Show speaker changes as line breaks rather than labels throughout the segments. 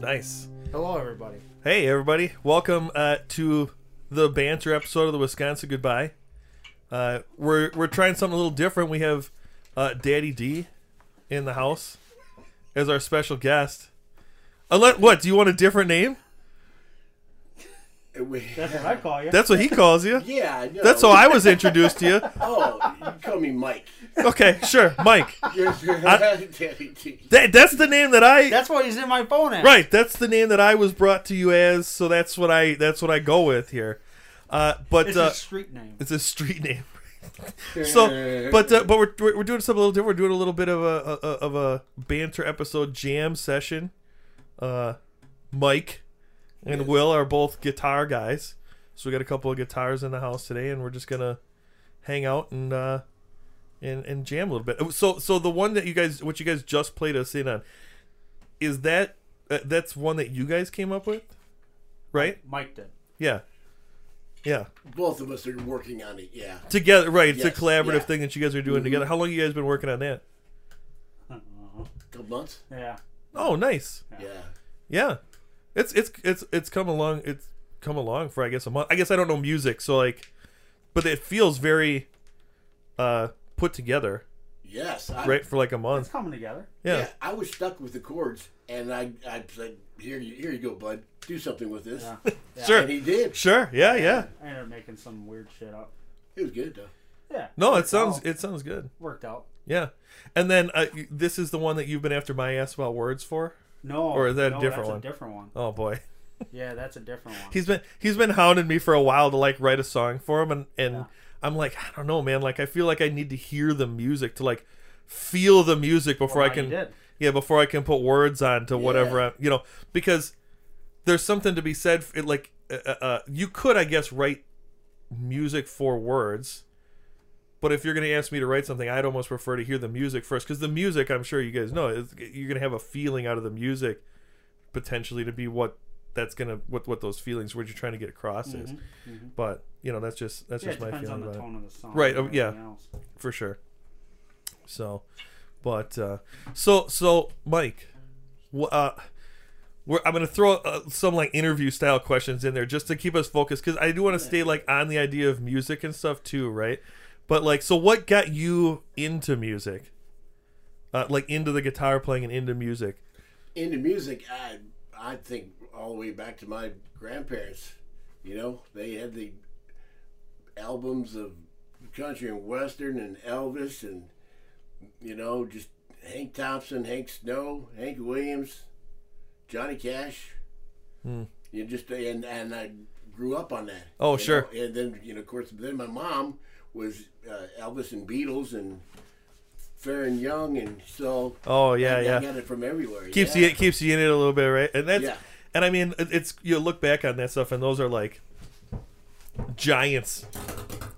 Nice.
Hello, everybody.
Hey, everybody. Welcome uh, to the banter episode of the Wisconsin Goodbye. Uh, we're, we're trying something a little different. We have uh, Daddy D in the house as our special guest. Unless, what? Do you want a different name?
We-
That's what I call you.
That's what he calls you.
yeah, I know.
That's how I was introduced to you.
Oh, you call me Mike.
Okay, sure. Mike.
You're- you're- Daddy D.
That, that's the name that I.
That's what he's in my phone at.
Right, that's the name that I was brought to you as, so that's what I that's what I go with here. Uh, but
It's
uh,
a street name.
it's a street name. so, but uh, but we're we're doing something a little different. We're doing a little bit of a, a of a banter episode jam session. Uh, Mike and Will are both guitar guys, so we got a couple of guitars in the house today, and we're just gonna hang out and uh, and and jam a little bit. So so the one that you guys what you guys just played us in on is that uh, that's one that you guys came up with, right?
Mike did.
Yeah, yeah
Both of us are working on it. Yeah,
together right it's
Yes,
a collaborative
yeah.
thing that you guys are doing together how long you guys been working on that
couple months.
Yeah.
oh nice
Yeah,
yeah it's it's it's it's come along it's come along for i guess a month i guess i don't know music so like but it feels very uh put together
yes. I,
right for like a
It's
month
coming together.
yeah,
I was stuck with the chords, and I, I said, "Here you, here you go, bud. Do something with this."
Yeah.
sure
And he did.
sure yeah yeah
I ended up making some weird shit up.
It was good though.
Yeah.
no it
worked
sounds
out.
it sounds good
worked out.
yeah and then uh, y- this is the one that you've been after my ass about words for
No.
Or is that a
no,
different
that's
one?
A different one.
oh boy
Yeah, that's a different one.
he's been he's been hounding me for a while to like write a song for him and and
Yeah.
i'm like i don't know man like i feel like i need to hear the music to like feel the music before
Well,
i
now you
can
did.
yeah before i can put words on to whatever i you know because there's something to be said f- it, like uh, uh, uh, you could i guess write music for words but if you're going to ask me to write something i'd almost prefer to hear the music first because the music i'm sure you guys know is- you're going to have a feeling out of the music potentially to be what that's gonna what what those feelings what you're trying to get across is but you know that's just that's
Mm-hmm. yeah, it
just my
depends
feeling
on the
about it
tone of the song.
Right,
and
oh, yeah.
everything else.
for sure so but uh so so mike wh- uh we're, I'm gonna throw uh, some like interview style questions in there just to keep us focused because I do want to stay like on the idea of music and stuff too, right? But like, so what got you into music? Uh, like into the guitar playing and into music.
Into music, I, I think all the way back to my grandparents. You know, they had the albums of country and western and Elvis and you know just Hank Thompson, Hank Snow, Hank Williams, Johnny Cash. You just and and I grew up on that.
Hmm. Oh,
you
sure.
know. And then you know, of course, then my mom was uh, Elvis and Beatles and Fair and Young, and so
Oh yeah,
I,
yeah.
I got it from everywhere.
keeps
yeah.
you it keeps you in it a little bit, right? And that's
Yeah.
and I mean it- it's you look back on that stuff and those are like giants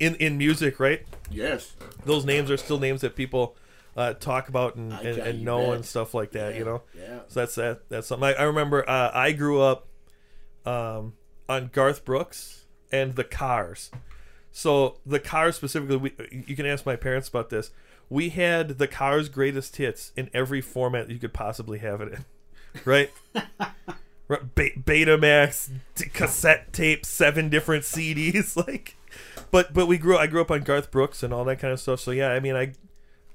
in in music, right?
Yes.
Those names are still names that people uh, talk about and,
I
and,
tell
and
you
know
that.
and stuff like that, you know.
Yeah.
So that's that. That's something I, I remember. Uh, I grew up um, on Garth Brooks and the Cars. So the Cars specifically, we, you can ask my parents about this. We had the Cars' greatest hits in every format you could possibly have it in, right? Right, Be- Betamax, t- cassette tape, seven different CDs, like. But but we grew. I grew up on Garth Brooks and all that kind of stuff. So yeah, I mean, I,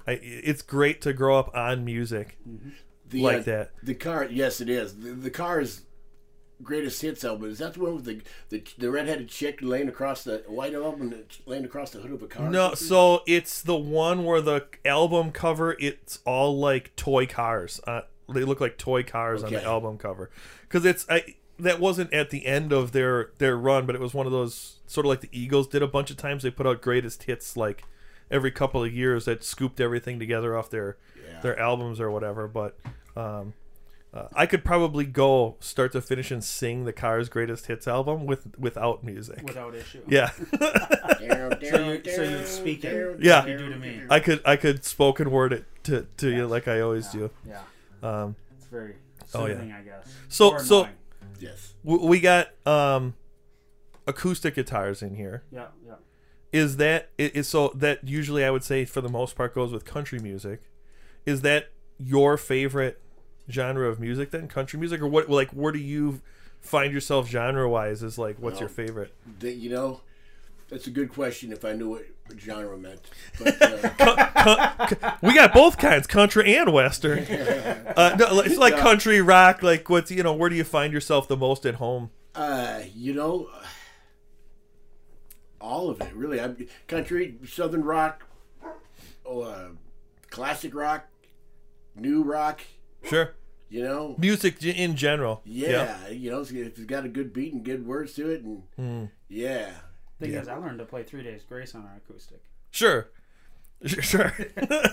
I it's great to grow up on music.
The, uh,
like that.
The car. Yes, it is. The, the car's greatest hits album is that the one with the the, the redheaded chick laying across the white album and laying across the hood of a car.
No, so it's the one where the album cover it's all like toy cars. Uh, they look like toy cars on the
Okay.
album cover because it's I that wasn't at the end of their their run, but it was one of those sort of like the Eagles did a bunch of times. They put out greatest hits like every couple of years that scooped everything together off their
Yeah.
their albums or whatever. But um, uh, I could probably go start to finish and sing the Cars' greatest hits album with without music.
Without issue.
yeah.
Down,
So you,
down,
so you
down,
speak
down.
it.
Yeah.
Like you do to me.
I could I could spoken word it to, to you like I always do.
Yeah.
Um,
It's very
Oh, yeah.
soothing, I guess.
So-
Or
so-
annoying.
Yes.
w- we got um, acoustic guitars in here.
Yeah, yeah.
Is that i- is so that usually I would say for the most part goes with country music. Is that your favorite genre of music then? Country music or what? Like, where do you find yourself genre wise? Is like, what's your
Well,
favorite?
That you know, that's a good question. If I knew what genre meant, but uh,
We got both kinds, country and western. Uh, no, it's like country rock. Like, what's you know, where do you find yourself the most at home?
uh, you know, all of it really. I'm country, southern rock, oh, uh, classic rock, new rock.
Sure,
You know,
music g- in general.
yeah, you know, if it's got a good beat and good words to it, and
Mm.
yeah,
Thing
Yeah.
is, I learned to play Three Days Grace on our acoustic.
Sure. Sure. sure.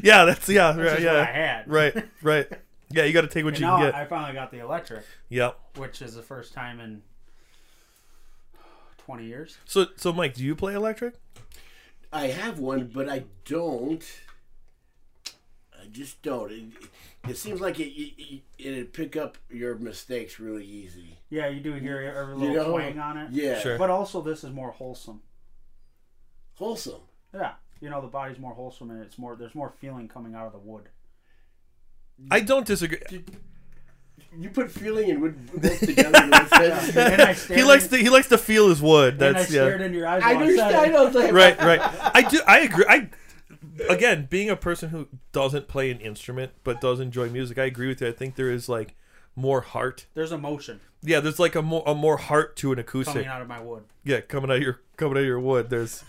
yeah, that's yeah,
Which
right,
is
yeah.
what I had.
Right, right. Yeah, you got to take what
And
you
now
can get.
I finally got the electric,
Yep.
which is the first time in 20 years.
So so Mike, do you play electric?
I have one, but I don't. I just don't. It, it seems like it, it, it it'd pick up your mistakes really easy.
Yeah, you do hear every
You
little
know?
twang on it.
Yeah,
Sure.
But also, this is more wholesome.
wholesome.
Yeah, you know the body's more wholesome and it's more there's more feeling coming out of the wood.
I don't disagree.
You put feeling and wood both together. in one sentence.
And I stared
He likes
in-
to he likes to feel his wood.
and I
That's
stared
yeah.
in your eyes.
I
while I said
understand. I
it.
don't think-
Right, right. I do I agree. I again, being a person who doesn't play an instrument but does enjoy music, I agree with you. I think there is like more heart.
There's emotion
Yeah, there's like a more a more heart to an
coming
acoustic.
out of my wood.
Yeah, coming out of your coming out of your wood. There's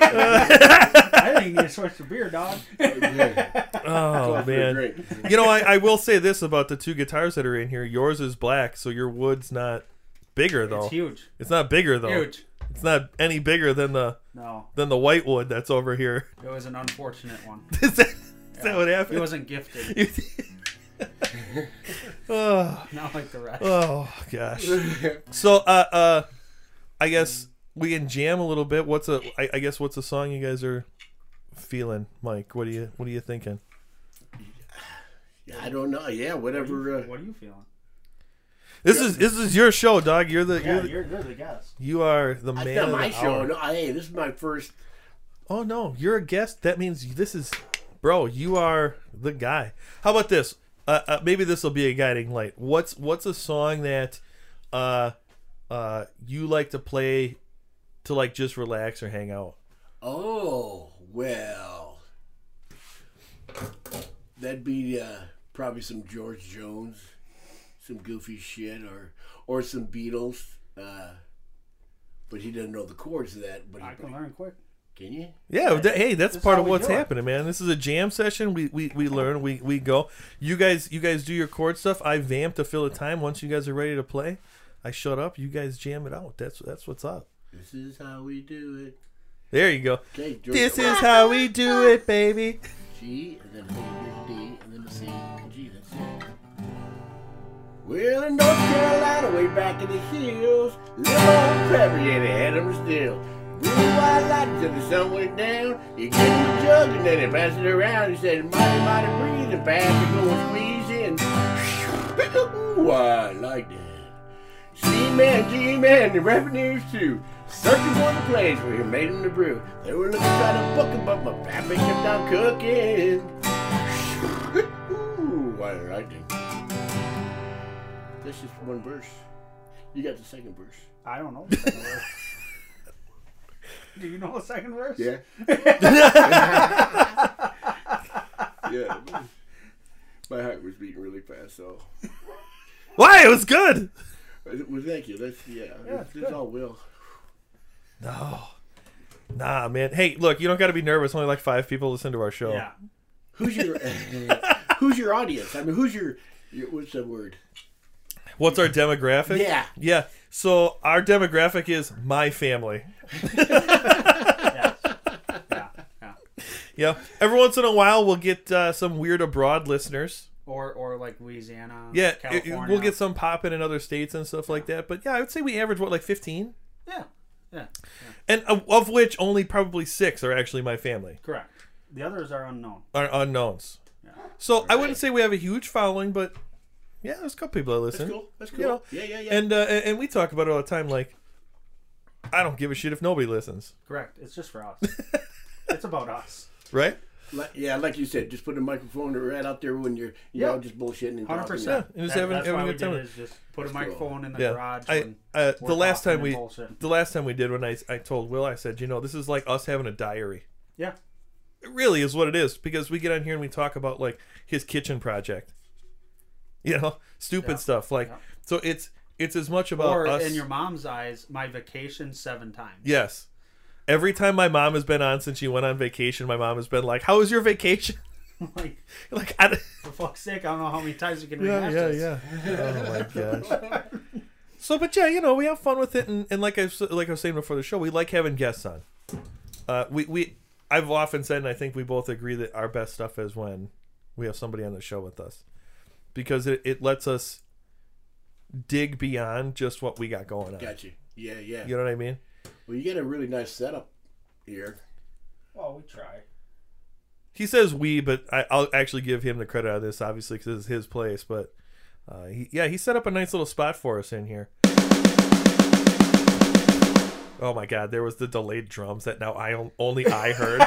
I think you need to switch to beer, dog.
oh
For a
man.
drink.
you know, I, I will say this about the two guitars that are in here. Yours is black, so your wood's not bigger though.
It's
It's,
huge,
not bigger though.
huge.
It's not any bigger than the
No,
than the white wood that's over here.
it was an unfortunate one.
is that, is that what
It
happened?
wasn't gifted,
oh,
not like the rest.
oh gosh. So uh uh I guess we can jam a little bit. What's a I, I guess what's a song you guys are feeling, Mike? What are you what are you thinking?
I don't know. Yeah, whatever. Uh,
What are you feeling?
This is this is your show, dog. You're the, you're
Yeah,
the
you're, you're the guest.
you are the
that's
man.
not
of
my
the
show.
hour.
No, I, hey, this is my first.
Oh no, you're a guest. That means you- this is, bro. You are the guy. How about this? Uh, uh, maybe this will be a guiding light. What's what's a song that, uh, uh, you like to play, to like just relax or hang out?
Oh well, that'd be uh, probably some George Jones, some goofy shit, or or some Beatles. Uh, but he doesn't know the chords of that. But he,
I can learn quick.
can you?
Yeah, that, hey, that's
This is
part
how
of
we
what's
do it.
happening, man. This is a jam session. We, we we learn, we we go. You guys you guys do your chord stuff. I vamp to fill the time. Once you guys are ready to play, I shut up. You guys jam it out. That's that's what's up.
This is how we do it.
There you go.
Okay, George
This
Jones.
is how we do it, baby.
G and then a D and then a C and G. That's it. Well, in North Carolina, way back in the hills, little old Preppy and he had him still. Blue white light until the sun went down. He gave him a jug and then he passed it around. He said, "Mighty, mighty breeze, and fast to go and squeeze in." Ooh, I like that. G-Man, G-Man, the revenues too. Searching for the place where he made him the brew. They were looking trying to book him, but my pappy kept on cooking. Ooh, I liked it. That's just one verse. You got the second verse.
I don't know the second verse. Do you know the second verse?
yeah. My heart was beating really fast, so.
Why? It was good.
Well, thank you. That's, yeah.
it's good.
all will.
No. Nah, man. Hey, look, you don't got to be nervous. Only like five people listen to our show.
Yeah.
Who's your, who's your audience? I mean, who's your, your what's the word?
What's our demographic?
Yeah.
Yeah. So our demographic is my family.
Yeah. yeah. Yeah.
Yeah. Every once in a while, we'll get uh, some weird abroad listeners.
Or or like Louisiana.
Yeah. it- it-
California.
we'll get some popping in other states and stuff like that. But yeah, I would say we average, what, like 15?
Yeah. Yeah.
And of, of which only probably six are actually my family,
Correct. The others are unknown.
are unknowns.
Yeah.
So I wouldn't say we have a huge following, but yeah, there's a couple people that listen.
That's cool. That's cool.
You know,
yeah, yeah, yeah.
and uh, and and we talk about it all the time. Like, I don't give a shit if nobody listens,
Correct. It's just for us. it's about us.
right?
Like, yeah, like you said, just put a microphone right out there when you're you
Yeah.
know just bullshitting and
Hundred
talking.
percent.
Yeah, it was
That-
having-
that's
having
why
a
we
good time.
did it, is just put a
That's cool.
microphone in the
Yeah.
garage.
I,
when
uh,
we're
the last
talking
time
and
we
bullshit.
the last time we did when I I told Will I said you know this is like us having a diary.
yeah,
It really is what it is because we get on here and we talk about like his kitchen project. You know, stupid
Yeah.
stuff like
Yeah.
so it's it's as much about
or
us
in your mom's eyes, my vacation seven times.
Yes. Every time my mom has been on since she went on vacation, my mom has been like, "How was your vacation?"
like
like, I,
for fuck's sake, I don't know how many times we can
yeah,
rehash
yeah,
this.
yeah. Oh my gosh. So, but yeah, you know, we have fun with it, and, and like I s- like I was saying before the show, we like having guests on. Uh, we we I've often said, and I think we both agree that our best stuff is when we have somebody on the show with us, because it, it lets us dig beyond just what we got going on.
Gotcha. Yeah, yeah.
You know what I mean?
Well, you got a really nice setup here.
Well, we try.
he says we, but I, I'll actually give him the credit on this, obviously, because it's his place. But uh, he, yeah, he set up a nice little spot for us in here. Oh my God, there was the delayed drums that now I on- only I heard.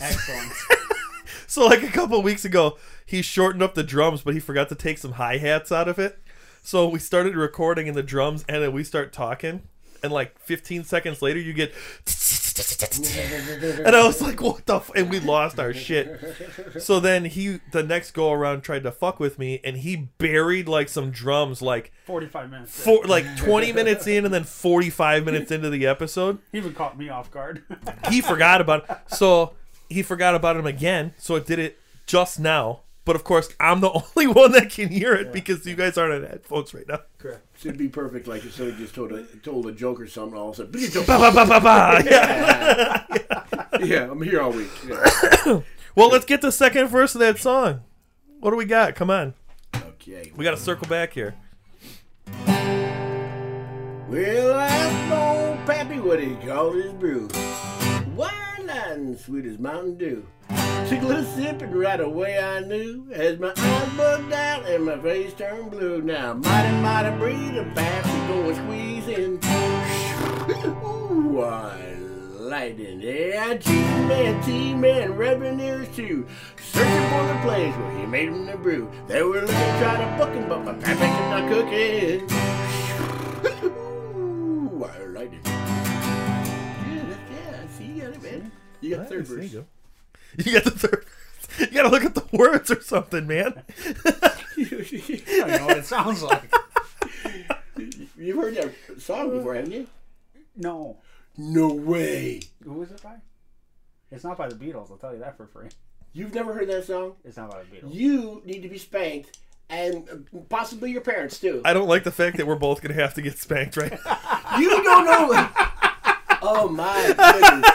Excellent.
so like a couple weeks ago, he shortened up the drums, but he forgot to take some hi hats out of it. So we started recording and the drums, and then we start talking, and like 15 seconds later, you get. And I was like, what the? F-? And we lost our shit. So then he, the next go around, tried to fuck with me, and he buried like some drums, like
Forty-five minutes. in.
four, like twenty minutes in, and then forty-five minutes into the episode,
He even caught me off guard.
he forgot about it. So he forgot about him again. So it did it just now. But of course, I'm the only one that can hear it because you guys aren't on headphones right now.
Correct.
Should be perfect. Like if somebody just told a told a joke or something, all of a sudden,
Ba, ba, ba, ba, ba. Yeah.
yeah, I'm here all week. Yeah.
Well, let's get the second verse of that song. What do we got? Come on.
Okay.
We got to circle back here.
Well, ask old Pappy what he called his brew. Wine and sweet as Mountain Dew. Took a little sip and right away I knew as my eyes bugged out and my face turned blue. Now, mighty, mighty breed of Pappy going squeezing. Ooh, I lightning. Yeah, G-Man, T-Man, rubbing ears too. Searching for the place where he made him the brew. They were looking, trying to book him, but my Pappy kept on cooking. Ooh, I like it. Yeah, that- yeah, see, you got it, man. You got third
Nice, there
verse.
you go. You got the third. You got to look at the words or something, man.
I don't know what it sounds like.
You've heard that song before, haven't you?
No.
No way.
Who is it by? It's not by the Beatles. I'll tell you that for free.
You've never heard that song?
It's not by the Beatles.
You need to be spanked, and uh, possibly your parents too.
I don't like the fact that we're both going to have to get spanked, right?
You don't know. oh my goodness!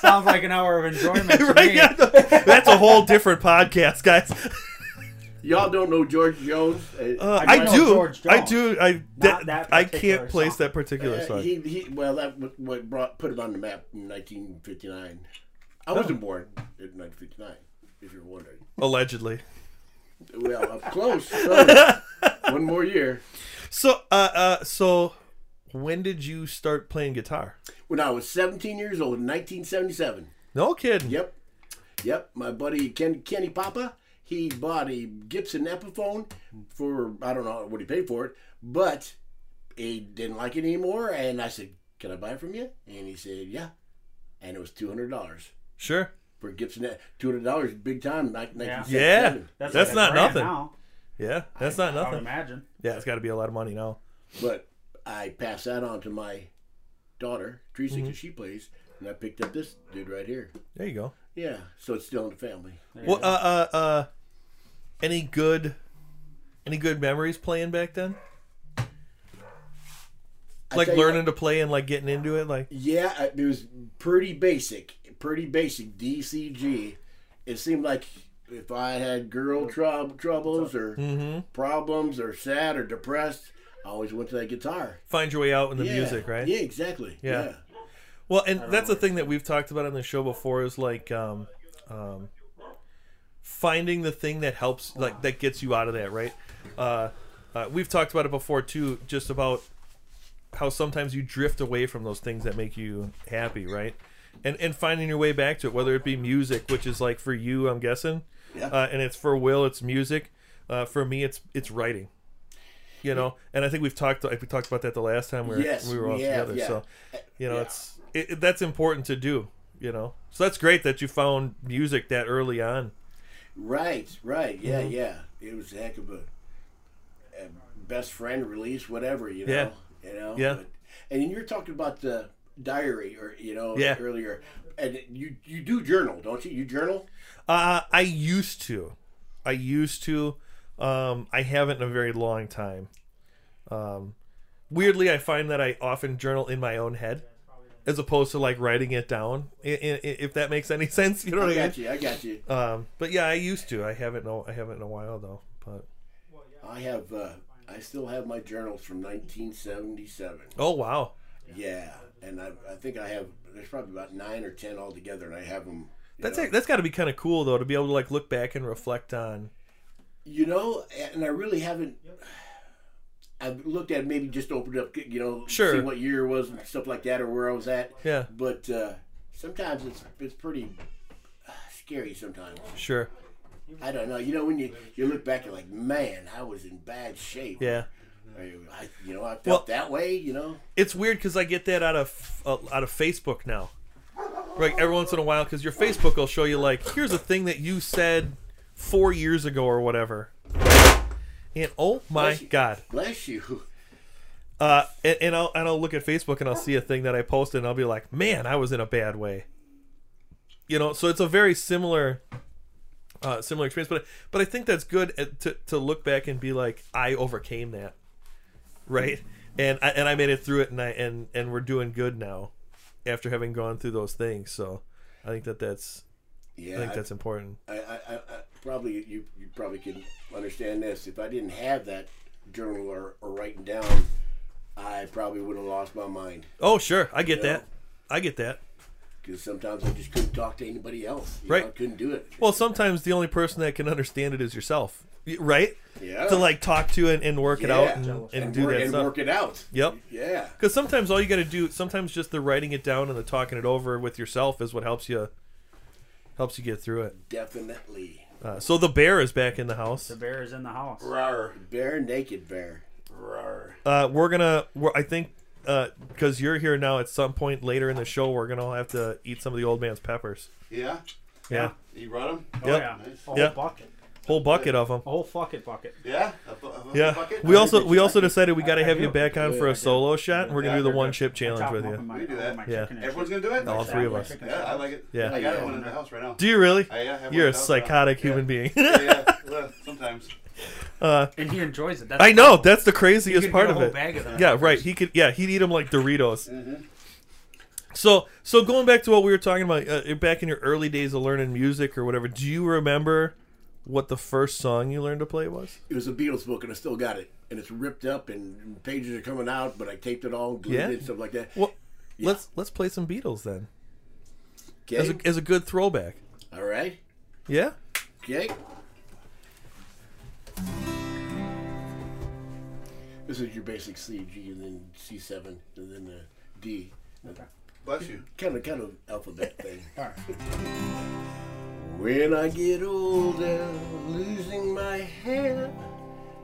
sounds like an hour of enjoyment to
right?
me.
Yeah, no. that's a whole different podcast, guys.
Y'all don't know George Jones. Uh,
Uh,
I
I,
know
do.
George
I
Jones.
do. I
Not
that,
that
I
particular
can't place
song.
that particular
uh,
song.
he, he, well, that was what brought put him on the map in 1959. I wasn't born in 1959, if you're wondering.
allegedly.
Well, up close. so, one more year.
So, uh, uh, so when did you start playing guitar?
When I was 17 years old, in 1977.
No kidding.
Yep. Yep. My buddy Ken, Kenny Papa, he bought a Gibson Epiphone for, I don't know what he paid for it, but he didn't like it anymore. And I said, Can I buy it from you? And he said, Yeah. And it was $200
Sure.
for Gibson. E- $200 big time, like
Yeah.
1977.
That's not
brand
nothing.
Now,
Yeah, that's not
I would
nothing.
imagine.
Yeah, it's got to be a lot of money now.
But I passed that on to my daughter, Teresa, 'cause she plays. And I picked up this dude right here.
There you go.
Yeah. So it's still in the family.
Well, uh, uh, uh, any good, any good memories playing back then?
I
Like
tell you what-
learning to play and like getting into it. Like
Yeah, I- it was pretty basic, pretty basic DCG. It seemed like if I had girl troub troubles or
Mm. mm-hmm.
problems or sad or depressed, I always went to that guitar.
find your way out in the
Yeah.
music, right?
Yeah, exactly.
Yeah.
Yeah.
Well, and that's the thing that we've talked about on the show before is like um, um, finding the thing that helps, like that gets you out of that, right? Uh, uh, we've talked about it before too, just about how sometimes you drift away from those things that make you happy, right? and and finding your way back to it, whether it be music, which is like for you, I'm guessing,
Yeah.
uh, and it's for Will, it's music. Uh, for me, it's it's writing. You know, and I think we've talked like we talked about that the last time we were,
Yes,
we were
we
all
have,
together.
yeah.
So
Uh,
you know,
yeah.
it's it, it- that's important to do. You know, so that's great that you found music that early on.
Right, right, yeah, yeah. It was a heck of a, a best friend release, whatever you know, you know.
Yeah.
but- and you're talking about the diary, or you know,
Yeah.
earlier, and you you do journal, don't you? You journal.
Uh, I used to. I used to. Um, I haven't in a very long time. Um, weirdly, I find that I often journal in my own head, as opposed to like writing it down. i- i- i- If that makes any sense, you know
I
what I
got
mean.
you. I got you.
Um, but yeah, I used to. I haven't. No, I haven't in a while though. But
I have. Uh, I still have my journals from 1977.
oh wow,
Yeah, and I, I think I have. There's probably about nine or ten altogether, and I have them.
that's ac- that's got to be kind of cool though to be able to like look back and reflect on.
You know, and I really haven't. I've looked at maybe just opened up, you know,
Sure.
see what year it was and stuff like that, or where I was at.
Yeah.
But uh, sometimes it's it's pretty uh, scary. Sometimes
Sure.
I don't know. You know, when you you look back, you're like, man, I was in bad shape.
Yeah.
I, I- you know, I felt
Well-
that way. You know.
it's weird because I get that out of uh, out of Facebook now. Like every once in a while, because your Facebook will show you like, here's a thing that you said four years ago or whatever. And oh my
Bless you.
god,
Bless you.
uh, and, and I'll and I'll look at Facebook and I'll see a thing that I posted and I'll be like, man, I was in a bad way. You know, so it's a very similar, uh, similar experience, but but I think that's good at- to to look back and be like, I overcame that, right? And I and I made it through it, and I and and we're doing good now, after having gone through those things. So I think that that's
Yeah.
I think
I-
that's important.
I, I, I I- probably you, you probably can understand this. If I didn't have that journal or, or writing down, I probably would have lost my mind
Oh sure, I get
Yeah.
that, I get that.
because sometimes I just couldn't talk to anybody else. you
Right.
know, I couldn't do it.
Well, sometimes the only person that can understand it is yourself, Y- right?
Yeah.
To like talk to and, and work it
Yeah.
out and, and, do
work,
that
and
stuff.
work it out.
Yep.
Yeah.
Because sometimes all you got to do, sometimes just the writing it down and the talking it over with yourself is what helps you helps you get through it.
Definitely.
Uh, so the bear is back in the house.
The bear is in the house.
Rawr.
Bare naked bear. Rawr.
Uh, we're gonna, we're, I think, because you're here now. At some point later in the show, we're gonna have to eat some of the old man's peppers.
Yeah.
Yeah,
You brought him?
Oh
Yep.
yeah,
Nice.
a whole
Yeah.
bucket,
whole bucket of them.
a whole bucket bucket.
Yeah. A bu- a bu-
Yeah,
Bucket?
we also
that
we
you
also
like it.
decided we got to
I- I
have you
do.
back on
Yeah,
for
I
a
do.
solo shot. and We're gonna
Yeah,
do the
I do.
one chip challenge
Chop
with
'em up in
you.
my-
We do
with
that.
my
Yeah.
chicken and
Everyone's
shit.
going to do it?
All three of us.
Chicken
Yeah, I
chop.
like it.
Yeah.
I got one in the house right now.
Do you really?
I, I have
You're a
one in the house
psychotic
right now.
human being.
Yeah. yeah, well, sometimes.
And he enjoys it. That's
I know
That
that's the craziest
could
part
get a
of
whole
it.
bag of them.
yeah, right. He could. Yeah, he'd eat them like Doritos. So, so going back to what we were talking about uh, back in your early days of learning music or whatever, do you remember what the first song you learned to play was?
It was a Beatles book, and I still got it. And it's ripped up, and pages are coming out, but I taped it all, glued
Yeah.
it, and stuff like that.
Well, let's let's play some Beatles then, as a,
Okay.
as a good throwback.
All right.
Yeah.
Okay. This is your basic C, G, and then C seven, and then the D.
Bless you.
Kind of, kind of alphabet thing.
All right.
When I get older, losing my hair,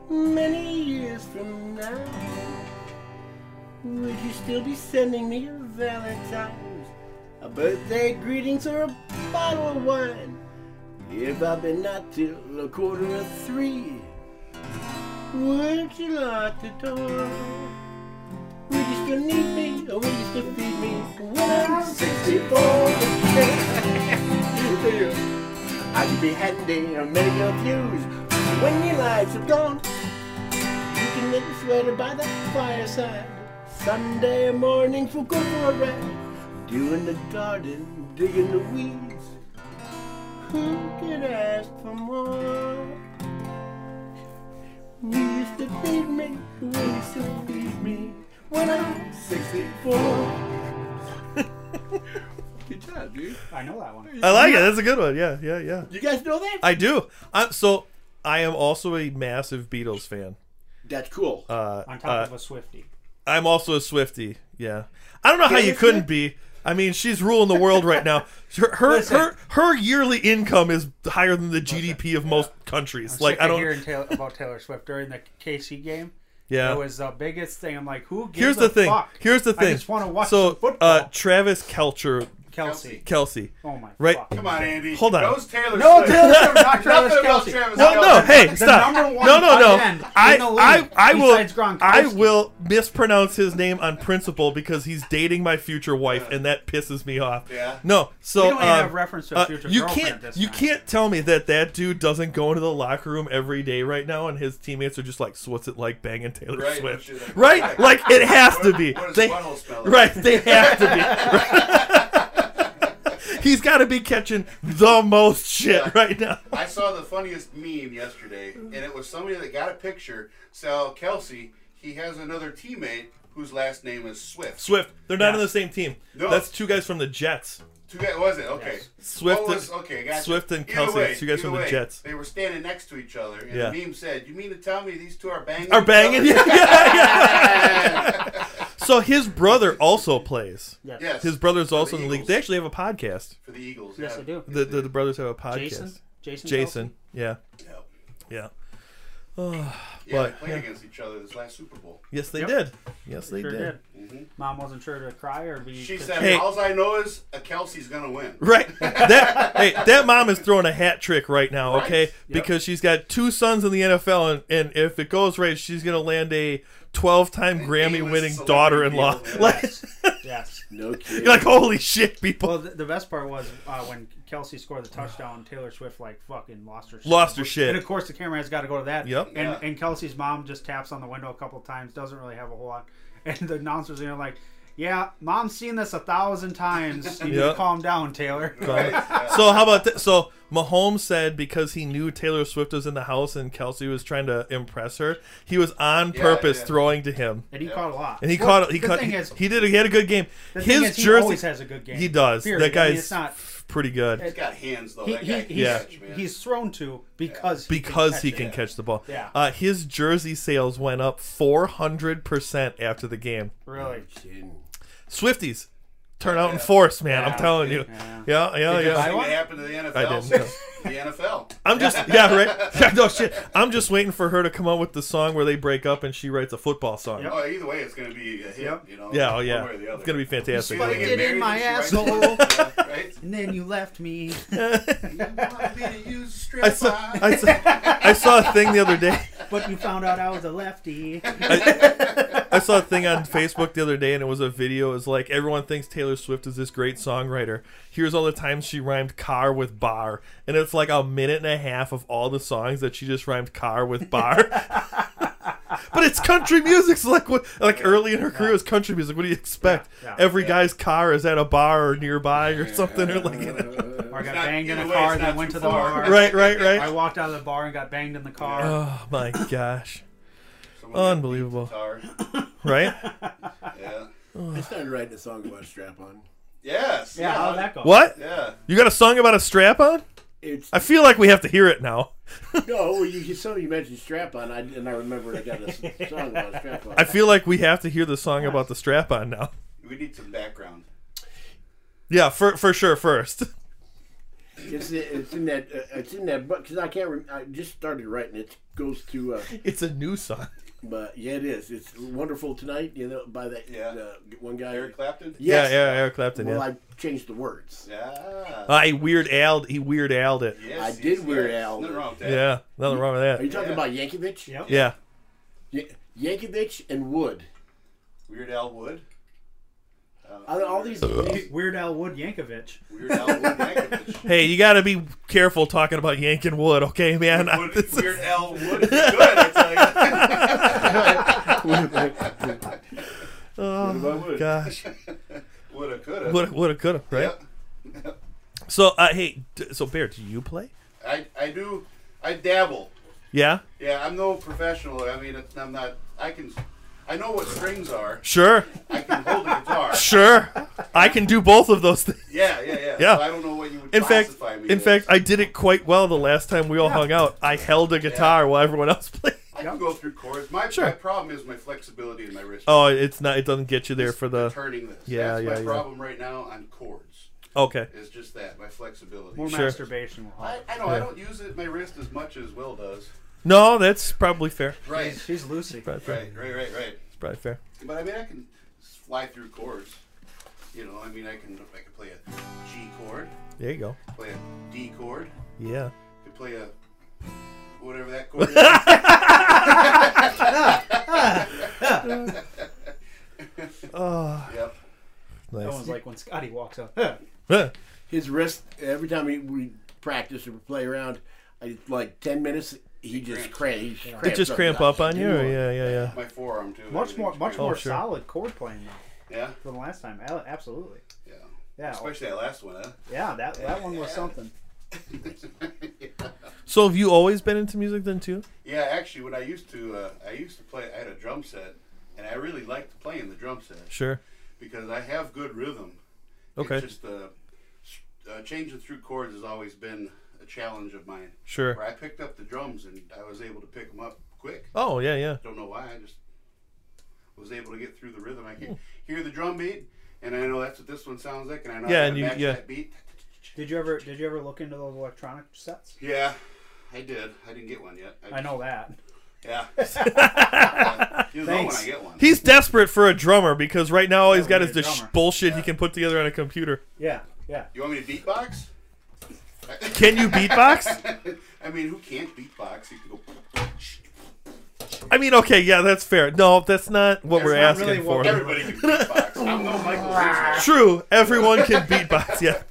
many years from now, would you still be sending me a Valentine's, a birthday greetings, or a bottle of wine? If I've been out till a quarter of three, won't you lock the door? Would you still need me, or will you still feed me when I'm 64? I could be handy on many of yous when your lights are gone. You can knit a sweater by the fireside. Sunday morning for go for a ride. Doing the garden, digging the weeds. Who could ask for more? You used to feed me, you used to feed me when I'm 64. Good job, dude.
I know that one.
I like it. That's a good one. Yeah, yeah, yeah.
You guys know that?
I do. i so I am also a massive Beatles fan.
That's cool.
Uh,
On top
uh,
of a Swifty.
I'm also a Swifty. Yeah. I don't know how
Yeah,
you
it's
couldn't
good.
be. I mean, she's ruling the world right now. Her her
Listen.
her, her yearly income is higher than the GDP of most countries. like I
hearing
don't.
Taylor, about Taylor Swift during the KC game.
Yeah.
It was the biggest thing. I'm like, who gives
Here's
a
the thing.
fuck?
Here's the thing.
I just want to watch
so,
some football.
uh, Travis Kelcher,
Kelsey.
Kelsey.
Oh my
Right.
fuck.
Come on, Andy.
Hold on.
Those Taylor
No,
Swift.
Taylor Swift, not Travis
Nothing about
Kelsey.
Travis
No,
Kelce.
no, hey, stop!
number one
No, no, no!
tight end
I,
in the
I,
league,
I
besides
will,
Gronkowski.
I will mispronounce his name on principle because he's dating my future wife, and that pisses me off.
Yeah.
No, so
We don't even
um,
have reference to a
uh,
future
you
girlfriend
can't,
at this
you
time.
can't tell me that that dude doesn't go into the locker room every day right now, and his teammates are just like, "So what's it like banging Taylor
Right,
Swift?"
she's like-
right? Like it has to be.
What does
They-
butthole smell like?
Right, they have to be. He's got to be catching the most shit
Yeah.
right now.
I saw the funniest meme yesterday, and it was somebody that got a picture. So Kelsey, he has another teammate whose last name is Swift.
Swift, they're not on the same team.
No.
That's two guys from the Jets.
Two guys, was it? Okay.
Swift
What was,
and-
Oh, okay, gotcha.
Swift and
Either
Kelsey,
way,
two guys
either
from the
way,
Jets.
They were standing next to each other, and
Yeah.
the meme said, "You mean to tell me these two are banging?
Are
each
banging?
other?"
Yeah, yeah, yeah. so his brother also plays.
Yes.
Yes.
His brother's
For
also in the league.
Eagles.
They actually have a podcast.
for the Eagles.
Yes,
yeah.
I do.
The, the, the brothers have a podcast.
Jason. Jason.
Jason.
Kelsey?
Yeah.
Yep.
Yeah.
Yeah,
But-
they played
yeah.
against each other this last Super Bowl.
Yes, they
Yep.
did. Yes, they
Sure
did.
did. Mom wasn't sure to cry or be.
She
to-
said,
Hey.
"All I know is a Kelsey's gonna win."
Right. That hey, that mom is throwing a hat trick right now,
Right.
okay? Because she's got two sons in the NFL and, and if it goes right, she's gonna land a twelve time Grammy winning
celebrity
daughter in law.
deal, yeah.
Like
yes.
No kidding.
you're like, holy shit, people
Well, the, the best part was uh, when Kelsey scored the touchdown. Taylor Swift like fucking lost her shit.
lost her
And
shit.
of course, the camera has got to go to that.
Yep.
And
Yeah.
and Kelsey's mom just taps on the window a couple times. Doesn't really have a whole lot. And the announcers are like, "Yeah, mom's seen this a thousand times. You need
Yep.
to calm down, Taylor."
Right? Yeah.
So how about that? So Mahomes said because he knew Taylor Swift was in the house and Kelsey was trying to impress her, he was on
Yeah,
purpose
yeah.
throwing to him,
And he
Yep.
caught a lot.
and he
Well,
caught. He
the
caught.
Thing
He,
is,
he did. He had a good game.
the
His
thing is, he
jersey.
always has a good game.
he does.
Period.
That
I mean,
guy's
it's not.
pretty good.
He's got hands though.
He,
that guy
he,
can
Yeah.
catch, man.
he's, he's thrown to because he can
because
catch
he
it.
can catch the ball.
Yeah.
Uh, his jersey sales went up 400% after the game.
really.
Kidding.
Swifties, turn out in force, man. I'm
Yeah.
telling you.
Yeah.
Yeah, yeah,
Best
yeah.
thing
Iowa?
that happened to the
I
NFL
didn't
since the NFL.
I'm just, yeah, right? Yeah, no shit. I'm just waiting for her to come up with the song where they break up and she writes a football song.
Yep.
Oh, either way, it's going to be a hit.
Yep.
You know.
Yeah, oh,
One
yeah.
way or the other.
It's going to be fantastic.
Either they get
It in
married
my
and she writes it, right?
And then you left me.
I saw, I, saw, I saw a thing the other day.
but you found out I was a lefty.
I saw a thing on Facebook the other day, and it was a video. It was like everyone thinks Taylor Swift is this great songwriter. Here's all the times she rhymed car with bar, and it's like a minute and a half of all the songs that she just rhymed car with bar. but it's country music. So like what? Like early in her career, it was country music. What do you expect?
Yeah, yeah,
Every guy's car is at a bar or nearby or something, or like
Or I got
not-
banged in a
either way,
car,
it's
then
not
went
too
to the
far.
bar.
right, right,
I
right.
walked out of the bar and got banged in the car.
Oh my gosh,
Someone
unbelievable,
got a guitar.
right?
Yeah.
I started writing a song about strap on.
Yes.
yeah, how'd that go?
What?
Yeah.
You got a song about a strap on?
It's
I feel like we have to hear it now.
no, you, you so you mentioned strap on, I, and I remember I got a s- song about strap on.
I feel like we have to hear the song about the strap on now.
We need some background.
Yeah, for for sure first.
It's, it's in that uh, it's in that book because I can't. Rem- I just started writing. It goes to, uh,
It's a new song.
but yeah, it is. It's wonderful tonight. You know, by that
Yeah.
uh, one guy.
Eric Clapton.
Yes.
Yeah, yeah, Eric Clapton,
Well,
yeah.
I changed the words.
Yeah.
I weird aled he weird aled it.
yes,
I
yes,
did Weird
yes.
Al.
Nothing wrong with that.
Yeah, nothing wrong with
Are you
that.
talking
Yeah.
about Yankovic?
Yep.
Yeah.
Y- Yankovic and Wood.
Weird Al Wood.
Are all these
Weird Al Wood Yankovic.
Weird Al Wood Yankovic.
Hey, you gotta be careful talking about yanking wood, okay, man?
Wood- Weird Al Wood is good, I tell you.
oh gosh.
Woulda, coulda.
Woulda woulda coulda, right?
Yep.
So uh hey d- so Bear, do you play?
I, I do. I dabble.
Yeah?
Yeah, I'm no professional. I mean, it's- I'm not. I can. I know what strings are.
Sure.
I can hold a guitar.
Sure. I can do both of those things.
Yeah, yeah, yeah.
Yeah.
So I don't know what you would
In fact,
classify me.
in
as.
fact, I did it quite well the last time we all hung out. I held a guitar while everyone else played.
I, I can go through chords. My,
Sure.
my problem is my flexibility in my wrist.
Oh, it's not. It doesn't get you there for the.
turning this.
Yeah,
That's
yeah,
my
yeah.
problem right now on chords.
Okay.
Is just that my flexibility.
More
Sure.
masturbation will
I,
help.
I know
Yeah.
I don't use it my wrist as much as Will does.
No, that's probably fair.
Right.
She's Lucy.
Probably fair.
Right. Right. Right. Right.
It's probably fair.
But I mean, I can fly through chords. You know, I mean, I can I can play a G chord,
There you go.
play a D chord,
Yeah.
I can play a whatever that chord is.
Oh,
yep.
That
nice.
one's like when Scotty walks up. Huh.
Huh.
His wrist. Every time we, we practice or play around, I, like ten minutes, he just cramp. He just
Did
cramps
just cramp up on you? Or
Dude,
yeah, yeah, yeah.
My forearm too.
Much more, much
Oh,
more
sure.
solid chord playing though
Yeah.
than last time. A- Absolutely.
Yeah.
Yeah. oh,
Especially that last one, huh?
Yeah. That that one was
Yeah.
something.
So have you always been into music then too?
Yeah, actually, when I used to, uh, I used to play. I had a drum set, and I really liked playing the drum set
Sure.
because I have good rhythm.
Okay.
It's just uh, s- uh, changing through chords has always been a challenge of mine. Where
Sure.
I picked up the drums and I was able to pick them up quick.
Oh yeah, yeah.
Don't know why. I just was able to get through the rhythm. I
Hmm.
can hear the drum beat, and I know that's what this one sounds like, and I know
Yeah,
I
and
can
you-
match
yeah.
that beat.
Did you ever did you ever look into those electronic sets?
Yeah, I did. I didn't get one yet.
I know that.
Yeah. yeah. You'll know when
Thanks.
I get one.
He's desperate for a drummer because right now all he's
we
got
need
is
a
this
drummer.
bullshit he can put together on a computer.
Yeah. Yeah.
You want me to beatbox?
Can you beatbox?
I mean, who can't beatbox? You can go.
I mean, okay, yeah, that's fair. No, that's not what
That's
we're
not
asking
really
for.
what
Everybody can beatbox. I'm no Michael Jackson.
True, everyone can beatbox. Yeah,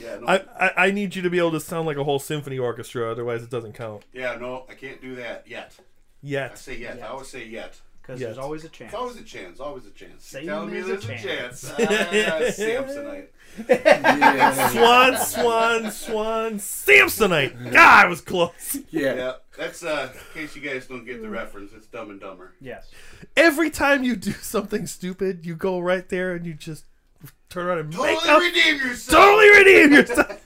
Yeah, no,
I, I, I need you to be able to sound like a whole symphony orchestra, otherwise it doesn't count.
yeah, no, I can't do that yet. I
Yet,
say yet. I always say yet.
Because
Yes.
there's always a chance.
It's always a chance. Always a chance.
Say
You're telling me
there's
there's
a
a chance. Ah, Samsonite.
Yeah,
swan, swan, swan, Samsonite. God, I was close.
yeah.
Yeah, that's uh. In case you guys don't get the reference, it's Dumb and Dumber.
Yes.
Every time you do something stupid, you go right there and you just turn around and
Totally
make up
redeem yourself.
totally redeem yourself.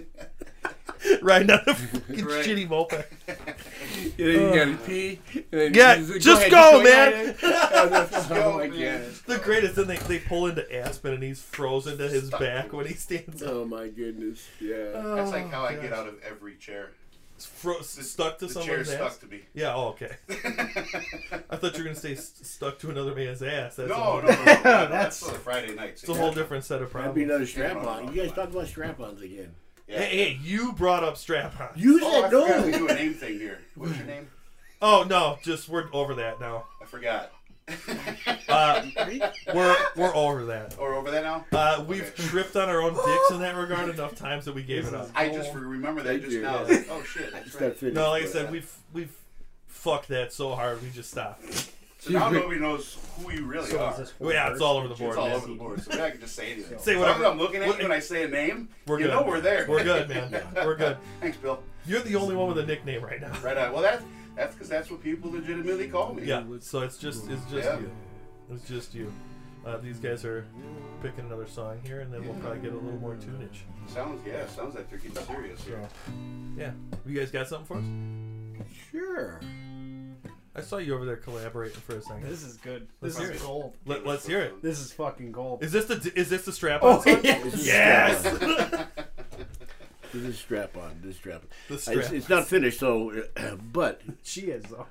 Riding on a fucking
Right.
shitty moped.
And then you gotta pee. and then
Yeah,
you
just
ahead,
go,
just Oh, go,
go,
man.
man.
The greatest. Then they, they pull into Aspen and he's frozen to his
Stuck.
back when he stands up.
Oh my goodness. Yeah.
That's like how I
Oh,
get
gosh.
out of every chair.
It's Fro- stuck to
The
someone's
chair's
ass.
stuck to me.
Yeah. Oh, okay. I thought you were gonna say st- stuck to another man's ass. That's a
No,
whole,
no, no, no, no,
That's-
that's on a Friday night.
It's a whole different set of
That'd be
problems.
another strap on. You guys talk about strap ons again.
Yeah.
Hey, hey, you brought up strap on.
You
Oh, I
said
forgot we
no.
do a name thing here. What's your name?
Oh no, just we're over that now.
I forgot.
Uh, we're we're over that.
or over that now?
Uh, we've
Okay.
tripped on our own dicks in that regard enough times that we gave it up.
I just re- remember that
Thank
just
you.
now.
Yeah.
Oh shit! That's
It's
right.
not finished,
No, like I
but-
said, we've we've fucked that so hard we just stopped.
So now nobody knows who you really
So is
are.
this
Well, yeah, it's all over the board.
it's all
man.
over the board. So I can just say anything.
Say
As long
whatever-
as I'm looking at
what-
you when I say a name.
We're
you
good.
know we're there.
We're good, man. We're good.
Thanks, Bill.
You're the only one with a nickname right now.
Right on. Well, that's that's because that's what people legitimately call me.
Yeah. So it's just it's just
Yeah.
you. It's just you. Uh, these guys are picking another song here, and then we'll probably get a little more tunage.
Sounds yeah. Sounds like they're getting serious here.
Yeah. You guys got something for us?
Sure.
I saw you over there collaborating for a second.
This is good. This
hear
is
it.
gold.
Let, let's hear it.
This is fucking gold.
Is this the is this the strap
Oh,
on? song? Yes.
This is strap on. This is strap on.
the
It's,
strap.
it's not finished, so. But
She is though.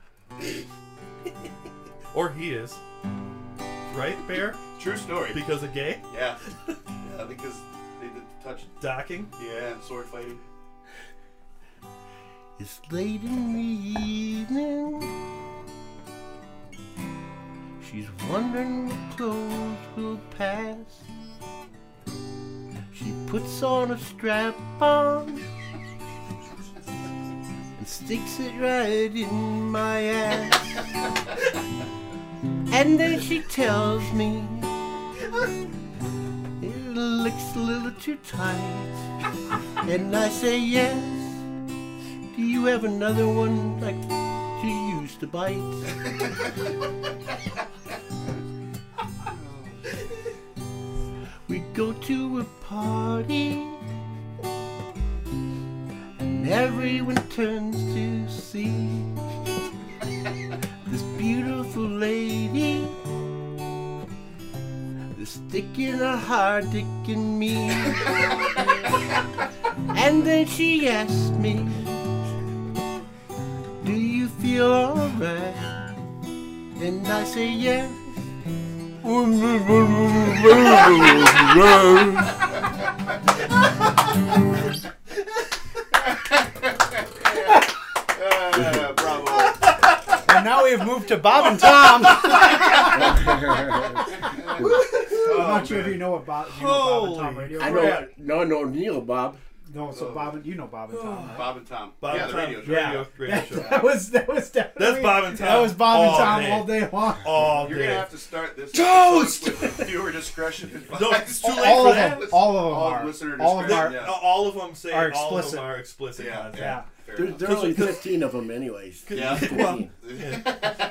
Or he is. Right, Bear?
True story.
Because of gay
yeah. yeah. Because they did the touch.
docking.
Yeah. Sword fighting.
It's late in the evening. She's wondering what clothes will pass. She puts on a strap on and sticks it right in my ass. and then she tells me it looks a little too tight. And I say yes. Do you have another one like to use to bite? we go to a party and everyone turns to see
get a hard dick in me. and then she asked me, Do you feel alright? And I say, Yes.
Uh, bravo.
And now we've moved to Bob and Tom. I'm not
Oh,
sure if you know what Bob, you know Bob and Tom
Holy
radio.
I know, no, no, Neil, Bob.
No, so Bob and you know Bob and Tom. Right?
Bob and Tom.
Bob
yeah,
and
the Oh. radio
Tom.
show.
Radio-
Oh. Yeah.
radio
that,
show.
that was that was definitely
Bob and
That
Tom
was Bob and
Oh,
all
Tom
day.
all day long.
All
You're gonna
day.
have to start this
Toast!
episode with viewer discretion. advice.
No, it's too late
all
for
of
that.
them, all of them
All
are,
listener
all of them are.
discretion, yeah.
Uh, All of them say
Are
all of
explicit.
them are explicit.
Yeah,
content.
Yeah,
Fair
There's,
enough.
there's only 15 of them, anyways.
Yeah.
Well,
That-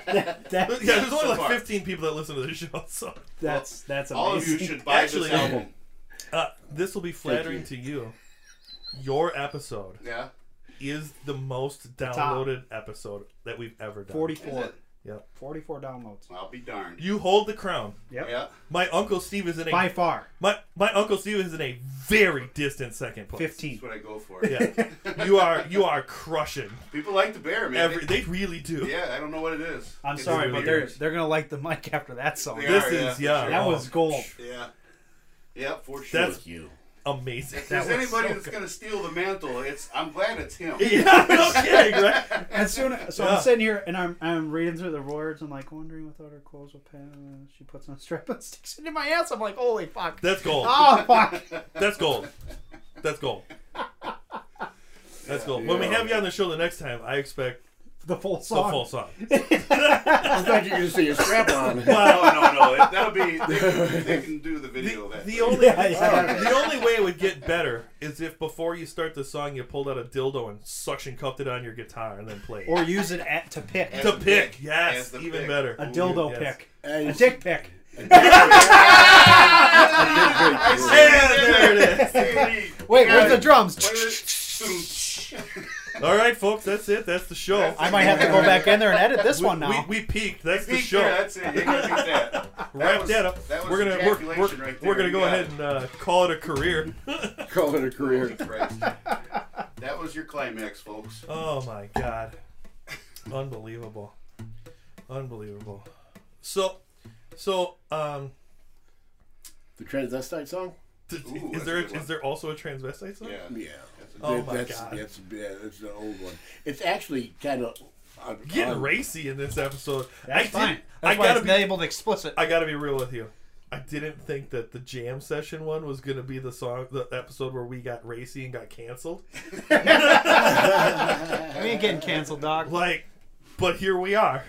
yeah, there's only
So
like
far.
15 people that listen to this show, so
that's that's amazing.
All of you should buy
Actually-
this album.
uh, this will be flattering to you. Your episode
Yeah.
is the most downloaded episode that we've ever done.
44.
Is it?
Yep.
44 downloads.
I'll be darned.
You hold the crown.
Yep.
Yeah.
My uncle Steve is in a
By far,
my my uncle Steve is in a very distant second place.
15.
That's what I go for.
Yeah, you are you are crushing
People like the bear, man.
every. They really do.
Yeah, I don't know what it is.
I'm
It's
sorry, but they're
weird.
they're gonna like the mic after that song.
They
This
are,
is
yeah,
yeah.
for sure.
That
oh,
was gold.
Yeah. Yeah, for sure.
That's-
Thank you.
amazing.
if
That was
there's anybody
so
that's
good.
gonna steal the mantle, it's I'm glad it's him.
yeah, no kidding, right?
And soon, so
Yeah.
I'm sitting here and I'm I'm reading through the words. I'm like wondering without her clothes, what pen she puts on a strap and sticks it in my ass. I'm like, holy fuck.
That's gold.
Oh fuck.
That's gold. That's gold. That's gold. When we have you on the show the next time, I expect
The full
the
song.
full song.
I thought you were going to say a strap on.
Wow.
No, no, no. It, that'll be they can, they can do the video of that.
The only
Yeah, yeah.
the only way it would get better is if before you start the song you pulled out a dildo and suction cupped it on your guitar and then played.
Or use it at to pick
As
to
the
pick, yes,
As the
even
pick.
better.
a dildo
yes.
pick,
Hey,
a dick pick.
I see
Yeah,
it
there it
there. Hey,
Wait, where's
yeah.
the drums?
Wait,
is. All right, folks, that's it. That's the show.
I might have to go back in there and edit this
we,
one now.
We, we peaked. That's the
Peter,
show.
That's it. You gotta beat that. That
Wrap
was-
that up.
That was
we're gonna we're,
ejaculation
we're,
right
we're gonna go
there. You got
ahead and uh, call it a career.
call it a career.
it. Right. That was your climax, folks.
Oh my god. Unbelievable. Unbelievable. So so um
The transvestite song?
th-
Ooh, that's
is there
a
a,
good one.
is there also a transvestite song?
Yeah.
Yeah.
Oh
That-
my
that's,
God.
That's, yeah, that's the old one. It's actually kind of. Uh,
Getting
uh,
racy in this episode. I
Um, That's
did- I
fine. That's why
gotta
it's
be
labeled explicit.
I gotta be real with you. I didn't think that the jam session one was gonna be the song the episode where we got racy and got canceled.
We ain't getting canceled, dog.
Like but here we are.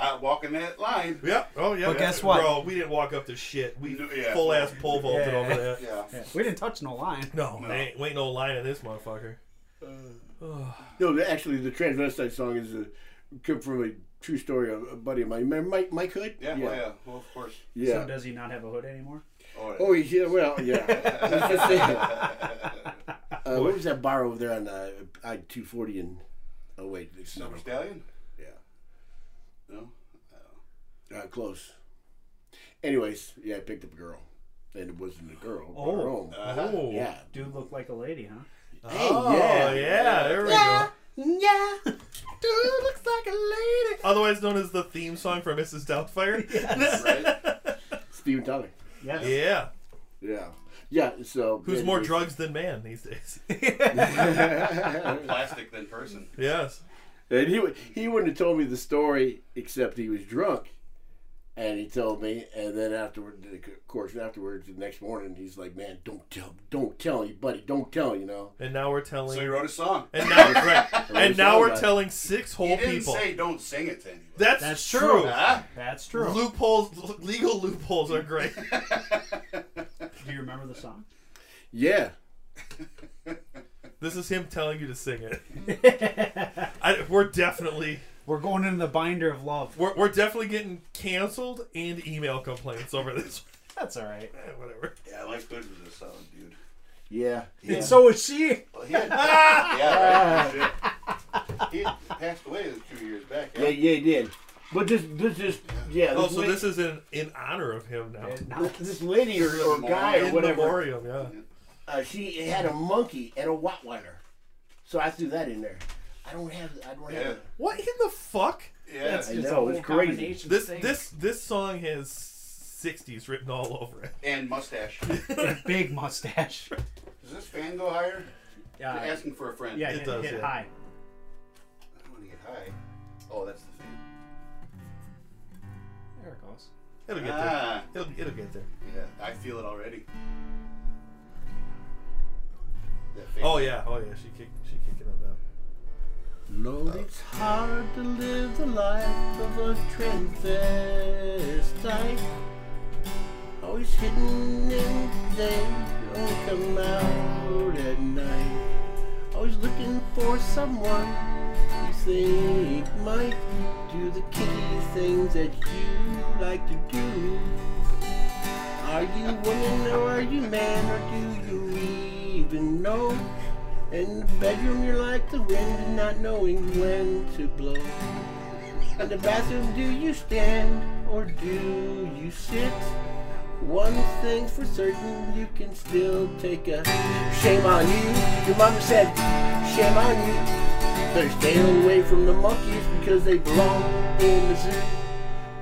Uh, walking that line.
Yep. Oh yeah.
But
yeah.
guess what?
Bro, we didn't walk up to shit. We
No, yeah.
full ass pole vaulted over that.
Yeah.
We didn't touch no line.
No, ain't, ain't no line in this motherfucker.
No, the- actually, the transvestite song is a, come from a true story of a buddy of mine. Remember Mike, Mike Hood?
Yeah. Well, yeah. Well, of course.
Yeah.
So does he not have a hood anymore?
Oh,
Oh yeah, well yeah. I was gonna say, uh, what was that bar over there on uh, I two forty and oh wait, it's not
Silver Stallion?
yeah,
No.
uh, close. Anyways, yeah, I picked up a girl, and it wasn't a girl. but her own.
Uh-huh.
Oh.
yeah.
Dude looked like a lady, huh?
Oh, yeah.
yeah.
there we go.
Yeah, dude looks like a lady.
Otherwise known as the theme song for Mrs. Doubtfire.
Right?
Steven Tyler.
Yes.
yeah.
Yeah, yeah. So
Who's
anyways,
more drugs than man these days?
Plastic than person.
yes.
And he he wouldn't have told me the story except he was drunk, and he told me. And then afterward, of course, afterwards, the next morning, he's like, "Man, don't tell, don't tell anybody, don't tell," you know.
And now we're telling.
So he wrote a song.
and now, right. and now we're
about it.
telling six
He
whole
didn't
people. Ah.
say don't sing it to anybody.
That's,
That's
true.
true.
Huh?
That's true.
Loopholes, l- legal loopholes are great.
Do you remember the song?
Yeah,
this is him telling you to sing it. I, we're definitely,
We're going into the binder of love.
we're, we're definitely getting canceled and email complaints over this. Eh,
That's all right.
Whatever.
Yeah, Mike Hood was a solid dude.
yeah, yeah.
And so is she.
Well, he had, yeah, right. Shit. He had passed away two years back.
yeah,
Yeah.
yeah, he did. But this, this is, yeah.
Oh,
This
so
la-
this is in, in honor of him now.
this, this lady or, or guy or
In
whatever,
memoriam, yeah.
uh, she had a monkey and a Rottweiler, so I threw that in there. I don't have, I don't
Yeah.
have.
What in the fuck?
Yeah.
I know it's crazy.
This this this song has '60s written all over it.
And mustache.
Big mustache.
Does this fan go higher?
Yeah,
You're asking for a friend.
yeah,
It
hit,
does,
hit
Uh, yeah.
high.
I don't want to get high. Oh, that's the fan.
There it goes.
It'll get there.
Ah,
It'll, it'll get there.
yeah. I feel it already. That fan.
Oh yeah, oh yeah. She kick she kicking up now.
Lord, it's hard to live the life of a transvestite. Always hidden in they don't come out at night. Always looking for someone you think might do the kinky things that you like to do. Are you woman or are you man or do you even know? In the bedroom, you're like the wind, and not knowing when to blow. In the bathroom, do you stand or do you sit? One thing's for certain, you can still take a shame on you. Your mama said, shame on you. They're staying away from the monkeys because they belong in the zoo.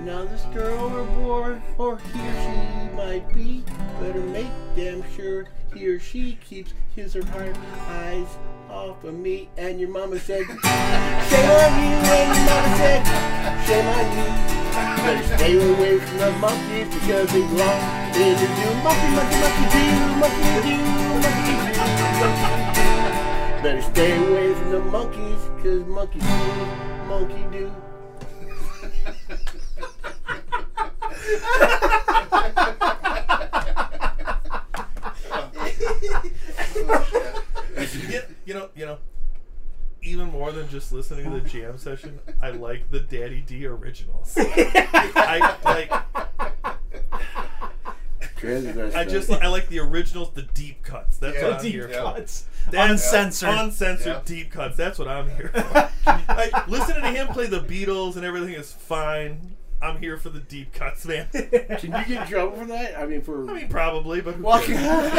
Now this girl or boy, or he or she might be, better make damn sure he or she keeps his or her eyes off of me. And your mama said, shame on you, and your mama said, shame on you. Better stay away from the monkeys because they belong in the zoo. Monkey, monkey, monkey do, monkey do, monkey do. Better stay away from the monkeys because monkey do, monkey do.
Oh,
Yeah, you know, you know. Even more than just listening to the jam session, I like the Daddy D originals. I like. I just I like the originals, the deep cuts. That's
Yeah.
what I'm
Deep
here
Yeah.
for.
Cuts.
That's
Uncensored.
uncensored
Yeah.
deep cuts. That's what I'm here for. like, listening to him play the Beatles and everything is fine. I'm here for the deep cuts, man.
Can you get in trouble for that? I mean, for
I mean, probably, but who
walking.
cares?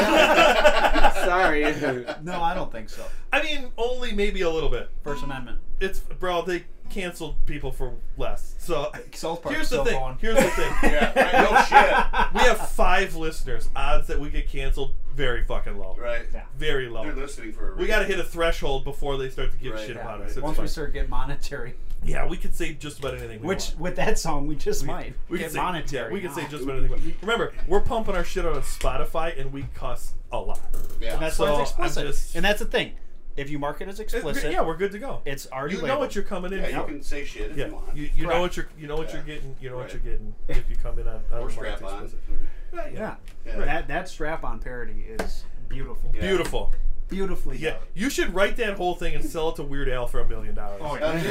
Sorry.
No, I don't think so.
I mean, only maybe a little bit.
First Amendment.
It's bro, they canceled people for less. So
South Park's
here's the
still
thing.
going.
Here's the thing.
Yeah, right, no shit.
We have five listeners. Odds that we get canceled very fucking low.
Right.
Yeah.
Very
They're
low.
listening for a reason.
We got to hit a threshold before they start to give a
Right.
shit
Yeah,
about
right.
us. It's
Once we
fine.
start get monetary,
yeah, we could say just about anything. We
which
want.
with that song we just might
we
get
could say,
monetary.
Yeah, we could say
now.
just about anything. we want. Remember, we're pumping our shit out on Spotify, and we cuss a lot.
Yeah.
That's
So,
why
I'm
it's explicit,
just-
and that's the thing. If you mark it as
It-
explicit,
yeah, we're good to go.
it's already
you know
labeled.
what you're coming in.
yeah, you
for.
can say shit if
Yeah,
you want.
you, you know
Correct.
what you're you know what
Yeah.
you're getting you know what
Right.
you're getting if you come in on, on
or
the
strap
Mark's
on.
Explicit. Right, yeah.
Yeah.
Yeah.
That that strap on parody is beautiful.
Yeah.
Beautiful.
Beautifully
Yeah,
done.
you should write that whole thing and sell it to Weird Al for a million dollars.
Oh, yeah.
Now, Uh,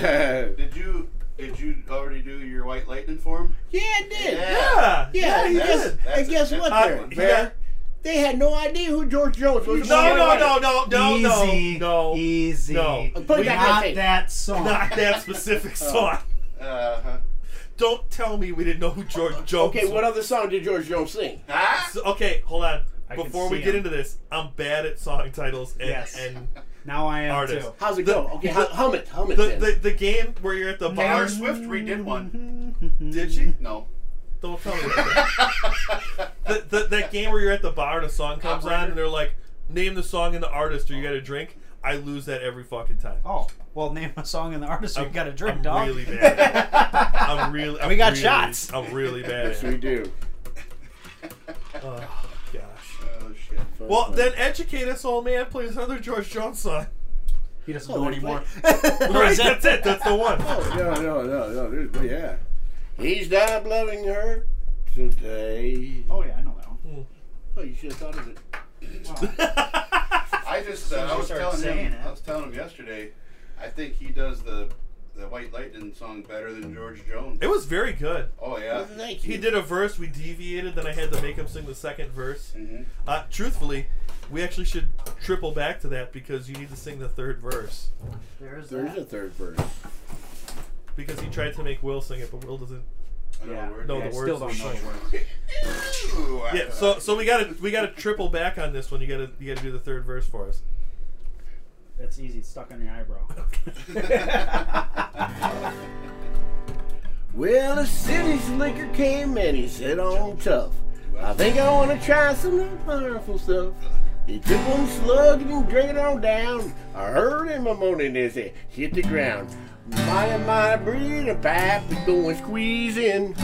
did, did you did you already do your white lightning form?
Yeah, it did.
Yeah,
Yeah,
yeah, he
yes.
did.
That's
and
a-
guess
that's
what?
a hot
There,
one.
He
Bear?
got-
they had no idea who George Jones was.
No, no, no, no, no, no,
easy, E-
no,
easy.
no.
Put it
We
back on
got
tape.
that song.
Not that specific song.
Uh huh.
Don't tell me we didn't know who George Jones.
Okay, what
was.
other song did George Jones sing?
Ah!
So- okay, hold on.
I can
Before we
see
get
him.
into this, I'm bad at song titles and,
Yes.
and
Now I am
artists.
too.
How's it
The-
go? Okay, hum- hum it, hum it.
The,
then.
the the game where you're at the
Taylor
bar.
Swift redid one.
Did she?
No.
Don't tell me that. that, that. That game where you're at the bar and a song comes on and they're like, name the song and the artist or you got a drink. I lose that every fucking time.
Oh, well, name a song and the artist. We
I'm-
got a drink,
I'm
dog.
really bad. I'm really. I'm
We got
really-
shots.
I'm really bad. At
we
it.
do.
Oh, gosh.
Oh shit.
Well, then educate us, old man. Play another George Jones song.
He doesn't
Oh,
know
they
anymore.
Right, that's it. That's the one.
No, no, no, no. There's, yeah.
He's not loving her today.
Oh yeah, I know that one.
Oh, you should have thought of it.
Oh.
I just uh,
as
I
you
was
start
telling
saying
him
it.
I was telling him yesterday. I think he does the the White Lightning song better than George Jones.
It was very good.
Oh yeah.
Thank you.
He did a verse. We deviated. Then I had to make him sing the second verse.
Mhm.
Uh, truthfully, we actually should triple back to that because you need to sing the third verse.
There is
There's
that.
a third verse.
because he tried to make Will sing it, but Will doesn't
I know
Yeah.
the word.
know
Yeah, I
the words.
still don't
of the
know the
song.
Ooh, I-
Yeah, so so we gotta we gotta triple back on this one. You gotta you gotta do the third verse for us.
It's easy. It's stuck on your eyebrow.
Well, the city's liquor came and he said, on tough. I think I want to try some of that powerful stuff. He took one slug and drank it on down. I heard him a moaning as it hit the ground. Mighty, mighty breed a pipe is going squeezing.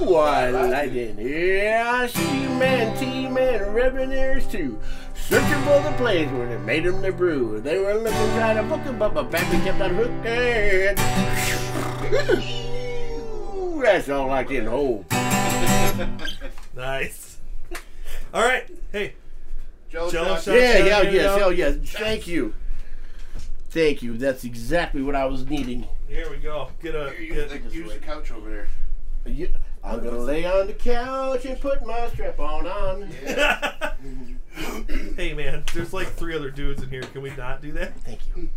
Ooh, I like it. Yeah, I see man, T man, revenues too. Searching for the place where they made them the brew. They were looking, trying to book him, but my pappy kept on hooking. Ooh, That's all I can hold.
Nice. All right. Hey,
Jello
Jello
shots.
shots.
Yeah,
Shots,
yeah,
shots,
yes,
shots.
hell yes. Thank you. Thank you. That's exactly what I was needing.
here we go. Get a
Here, Use
get,
the, use the couch over there.
You- I'm gonna lay on the couch and put my strap on on.
Yeah.
hey man, there's like three other dudes in here. Can we not do that?
Thank you.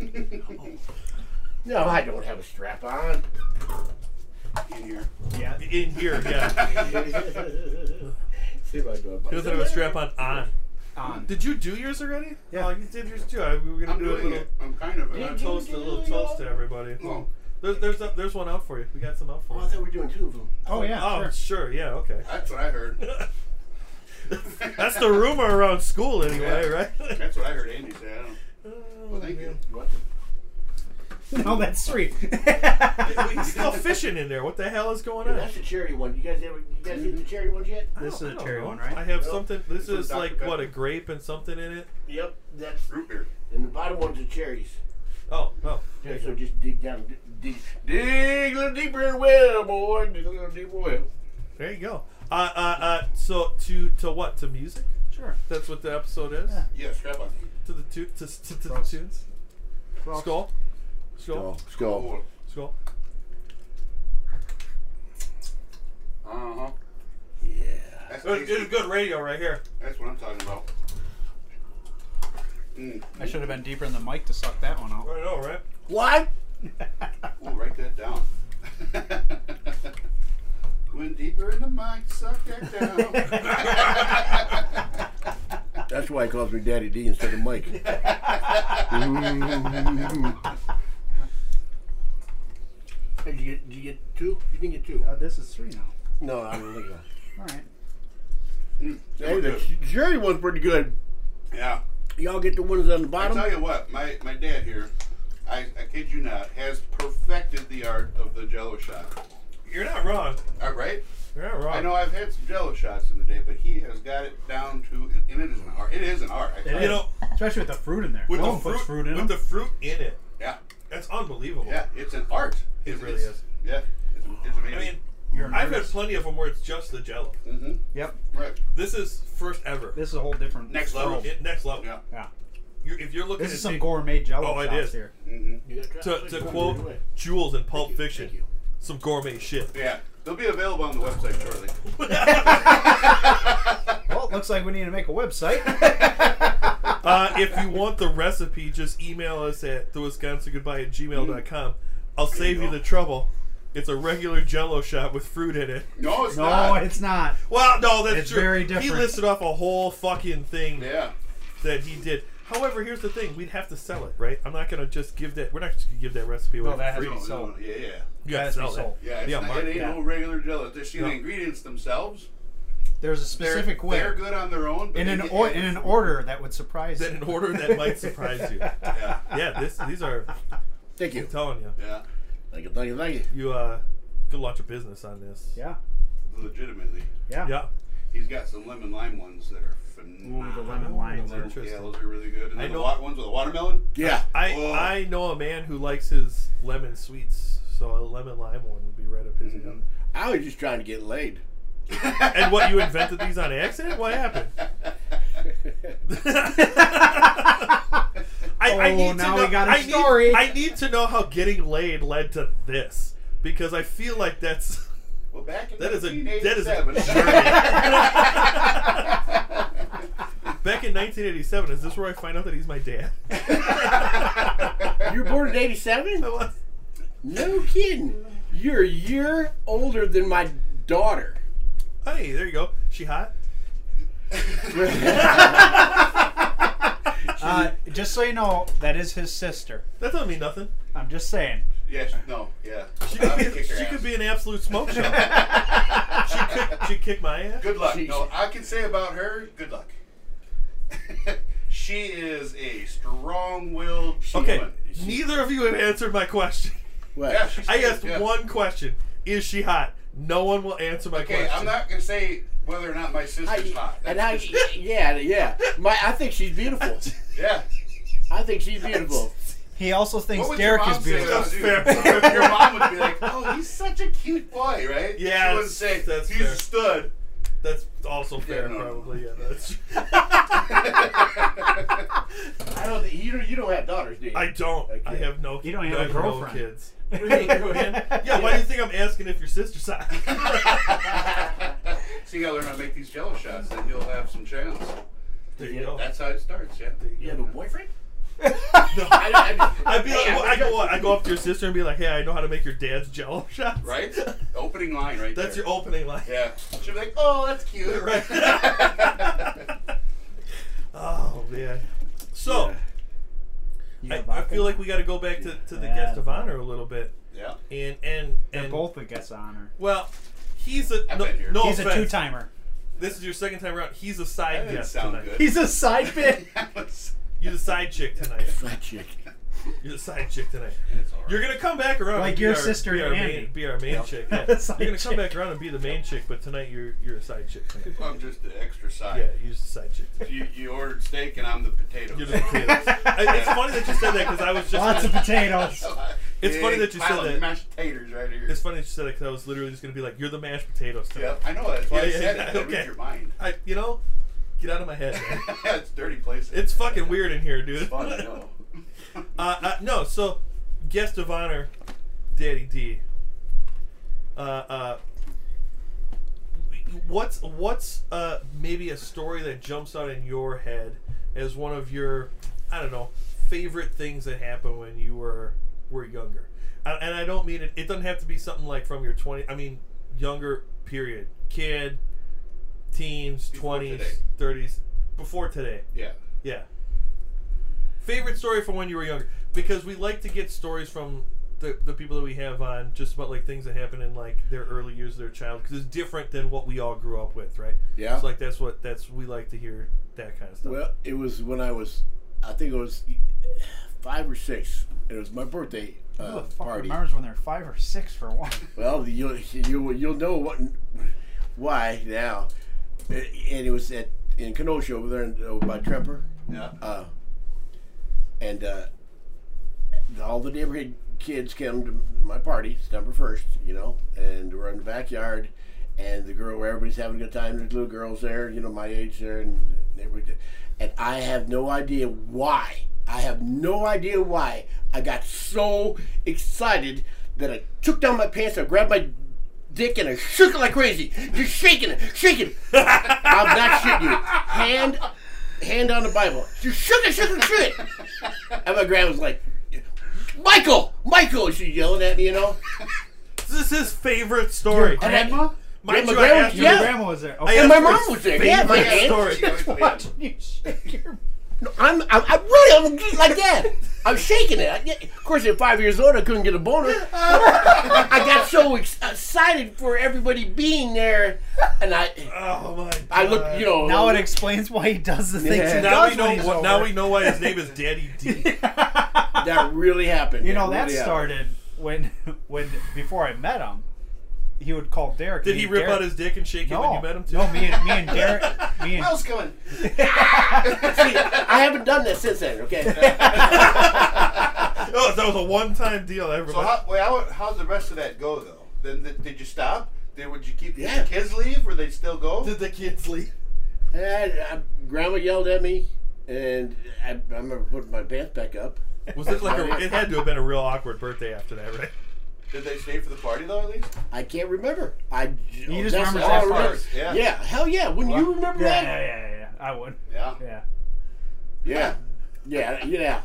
No, I don't have a strap on.
In here.
Yeah. In here, yeah.
See if I do it
He doesn't have a strap on. On.
On.
Did you do yours already?
Yeah.
Oh, you did yours too. I, we were gonna
I'm
do a
doing
little
it. I'm kind of.
a little
I'm
toast, a little toast to everybody.
Oh.
There's there's a, there's one out for you. We got some out
Oh,
for
I
you.
thought we were doing two of them.
Oh yeah.
Oh,
sure.
sure. Yeah. Okay.
That's what I heard.
That's the rumor around school, anyway, right? Oh,
That's what I heard Andy say. I don't. Well, thank you.
No, that's sweet.
He's still fishing in there. What the hell is going on?
That's the cherry one. You guys ever? You guys hit the cherry ones yet?
I
This
don't-
is
I
a cherry
don't
one,
know.
right?
I have
Nope.
something. This
This
is
one's
like
Dr.
what a
Pepper.
grape and something in it.
Yep. That's
Root beer.
and the bottom ones are cherries.
Oh, oh.
Yeah, so just dig down, dig, dig, dig a little deeper in the well, boy. Dig a little deeper well.
There you go. Uh, uh, uh. So to to what? To music?
sure.
That's what the episode is.
Yeah, strap on.
To the tu- to to, to the tunes. Skull. Skull.
skull.
Cool.
Skull.
Uh huh.
Yeah.
That's,
This is
tasty.
good radio right here.
That's what I'm talking about. Mm.
I should have been deeper in the mic to suck that one out.
I know, right?
What?
Ooh, write that down. Went deeper in the mic, suck that down.
That's why he calls me Daddy D instead of Mike. did, you get, did you get two? You didn't get two.
Uh, this is three now.
No, I don't think so.
All right.
Mm, they
Hey,
were
the
good.
cherry one's pretty good.
yeah.
Y'all get the ones on the
I
bottom?
tell you what, my, my dad here, I, I kid you not, has perfected the art of the jello shot.
You're not wrong.
All right?
You're not wrong.
I know I've had some jello shots in the day, but he has got it down to, and it is an art. It is an art. I tell
You know,
Oh, Especially with the fruit in there.
with
no
the
one
fruit,
puts fruit in
with
them.
the fruit in it,
Yeah,
that's unbelievable.
yeah, it's an art.
It
It's-
really
it's-
is.
Yeah, it's, it's
I
amazing.
mean,
You're an
I've had
artist.
plenty of them where it's just the jello.
mm-hmm.
Yep.
Right.
This is first ever.
This is a whole different
Next
world.
level.
It- next level.
Yeah.
Yeah.
You're, if you're looking
This is
at
some
big-
gourmet jello
Oh, it
shots
is.
here.
Mm-hmm.
You gotta try
to,
it.
to
Come on,
quote
do it.
Jules in Pulp
Thank you,
Fiction,
thank you.
some gourmet shit.
Yeah, they'll be available on the website shortly.
Well, it looks like we need to make a website.
Uh, if you want the recipe, just email us at the Wisconsin Goodbye at gmail.com. I'll save you
go.
the trouble. It's a regular jello shot with fruit in it.
No, it's
no,
not.
it's not.
Well, no, that's
It's
true.
very
He
different.
listed off a whole fucking thing
yeah.
that he did. However, here's the thing: we'd have to sell it, right? I'm not gonna just give that. We're not just gonna give that recipe away.
No,
for
that has
free.
to be
No,
sold.
no, yeah, yeah.
You gotta
has to be
sell that.
sold.
Yeah, it's
Yeah,
not,
Mark,
it ain't
yeah.
no regular jello. They see
No.
the ingredients themselves.
There's a
They're,
specific way.
they're good on their own. But
in
they
an
get
or,
added
in an
fruit.
order that would surprise
Then
you.
an order that might surprise you.
Yeah,
Yeah, this these are.
Thank you.
I'm telling you,
yeah,
Thank you, thank you, thank you.
you uh, could launch a business on this.
Yeah.
legitimately.
Yeah.
Yeah.
He's got some lemon lime ones that are
Ooh,
phenomenal.
the lemon lines.
They're-
Are,
Interesting.
Yeah, those are really good. And
I
then the
know-
wa- ones with the watermelon.
Yeah.
I
Whoa.
I know a man who likes his lemon sweets, so a lemon lime one would be right up his alley.
I was just trying to get laid.
And what you invented these on accident? What happened? I, I
Oh,
need
now
to know,
we got a
I need-
story.
I need to know how getting laid led to this because I feel like that's
Well, back in
That is a- that is a
1987.
back in 1987. Is this where I find out that he's my dad?
You were born in 87?
I was-
No kidding. You're a year older than my daughter.
Hey, there you go. She hot?
Uh, just so you know, that is his sister.
That doesn't mean nothing.
I'm just saying.
Yeah, she, no, yeah.
She
I would
could, be,
kick her
she
ass.
could be an absolute smoke show. she could she kick my ass.
Good luck.
She-
no, I can say about her, good luck. she is a strong-willed
Okay,
woman.
neither of you have answered my question.
What?
Yeah, she's
I asked
yeah.
one question: Is she hot? No one will answer my
Okay,
question.
I'm not gonna say whether or not my sister's
I,
hot.
and I, yeah, yeah. My, I think she's beautiful.
yeah.
I think she's beautiful.
He also thinks
What would
Derek
your mom
is beautiful.
That's
say? about you?
fair.
your mom would be like, "Oh, he's such a cute boy, right?"
Yes,
She wouldn't say
that's
he's
fair.
a stud.
That's also fair,
no, no.
probably. Yeah, that's.
I don't think you don't, you don't have daughters, do you?
I don't. I
Okay.
have no.
You don't have
I
a
no
girlfriend.
kids. yeah, why do you think I'm asking if your sister's hot?
So you gotta learn how to make these jello shots, then you'll have some chance.
there you go.
That's how it starts, yeah.
you have a boyfriend?
No.
I, I just,
I'd be like,
Hey,
well, I go, I go up to your sister and be like, "Hey, I know how to make your dad's jello shots."
Right? Opening line, right
That's
there.
your opening line.
yeah. She'll be like, "Oh, that's cute."
Right. oh man. So I, I feel like we got to go back to, to the
Yeah.
guest of honor a little bit,
yeah.
and and
They're
and
both the guest of honor.
well, he's a
I've
no,
been here.
no
He's a two
offense.
timer.
This is your second time around. He's a
That
side
didn't
guest
sound
tonight.
good.
He's a side bit.
That was-
You're the side chick tonight.
Fat chick.
You're the side chick tonight.
that's all right.
You're gonna come back around,
Like
and be
your
our-
sister
be
to
our
Andy.
main, be our main chick. Yeah.
The
You're
side
gonna come
chick.
back around and be the main chick, but tonight you're you're a side chick. Tonight.
I'm just an extra
Yeah,
side.
you're the side chick. Tonight.
You, you ordered steak and I'm the potatoes.
You're the potatoes. I- it's funny that you said that because I was just
Lots of potatoes.
It's
Big
funny that you
pile
said
of
that.
Mashed taters right here.
It's funny that you said it because I was literally just gonna be like, "You're the mashed potatoes." Tonight.
Yep, I know. That's why
Yeah,
I
yeah,
said
yeah,
it. I
okay.
read your mind.
I, you know, get out of my head. Man.
it's dirty places.
it's fucking weird in here, dude.
It's fun, I know.
Uh, uh, no, so guest of honor, Daddy D. Uh, uh, what's what's uh, maybe a story that jumps out in your head as one of your I don't know favorite things that happened when you were were younger, and, and I don't mean it. It doesn't have to be something like from your twenty. I mean younger period, kid, teens,
Before today.
twenties, thirties, before today.
yeah.
Yeah. Favorite story from when you were younger, because we like to get stories from the, the people that we have on just about like things that happen in like their early years of their child, because it's different than what we all grew up with, right?
Yeah.
So like that's what that's we like to hear that kind of stuff.
Well, it was when I was, I think it was five or six. It was my birthday
Oh,
Who
uh,
the fuck
party.
remembers when they're five or six for one?
Well, you'll you, you'll know what why now. Uh, And it was at in Kenosha over there in, over by Tremper.
Yeah.
Uh, and uh, all the neighborhood kids came to my party, September 1st, you know, and we're in the backyard. And the girl, where everybody's having a good time, there's little girls there, you know, my age there, and neighborhood. And I have no idea why. I have no idea why I got so excited that I took down my pants, I grabbed my dick, and I shook it like crazy. Just shaking it, shaking it. I'm not shitting you. Hand, hand on the Bible. Just shook it, shook it, shook it. And my grandma was like, Michael, Michael, she's yelling at me, you know.
this is his favorite story.
And I-
Grandma?
Mind
my
you, I
grandma-
asked you-
Your
yeah.
grandma was there.
I
Okay.
asked
And my
for
mom
his
was there. Yeah, my
favorite
aunt.
story.
Just watching
You shake your
No, I'm, I'm, I'm really, I'm just like that. I'm shaking it. I, get- of course, at five years old, I couldn't get a boner. I got so ex- excited for everybody being there, and I,
Oh my! God.
I looked, you know.
Now it explains why he does the things
Yeah.
he
Now
does when
we know.
he's
What, now
over.
we know why his name is Daddy D.
that really happened.
You know
really
that
happened.
started when when before I met him, he would call Derek.
Did
Me
he
and
rip
Derek-
out his dick and shake it when you met him too?
No, me and me and Derek, me and
How's it going?
See, I haven't done that since then. Okay.
Oh, that was a one-time deal.
So
Everybody.
how, wait, how how'd the rest of that go though? Then th- did you stop? Then would you keep did
Yeah.
the kids leave or they still go?
did the kids leave?
And I- grandma yelled at me, and I, I remember putting my pants back up.
Was it like a, it had to have been a real awkward birthday after that, right?
Did they stay for the party though at least?
I can't remember. I j- oh,
You just
that's
remember
all
that
I remember.
part.
Yeah.
Yeah, hell yeah. Wouldn't you remember
yeah,
that?
yeah, yeah, yeah. I would.
Yeah.
Yeah.
Yeah, yeah, yeah.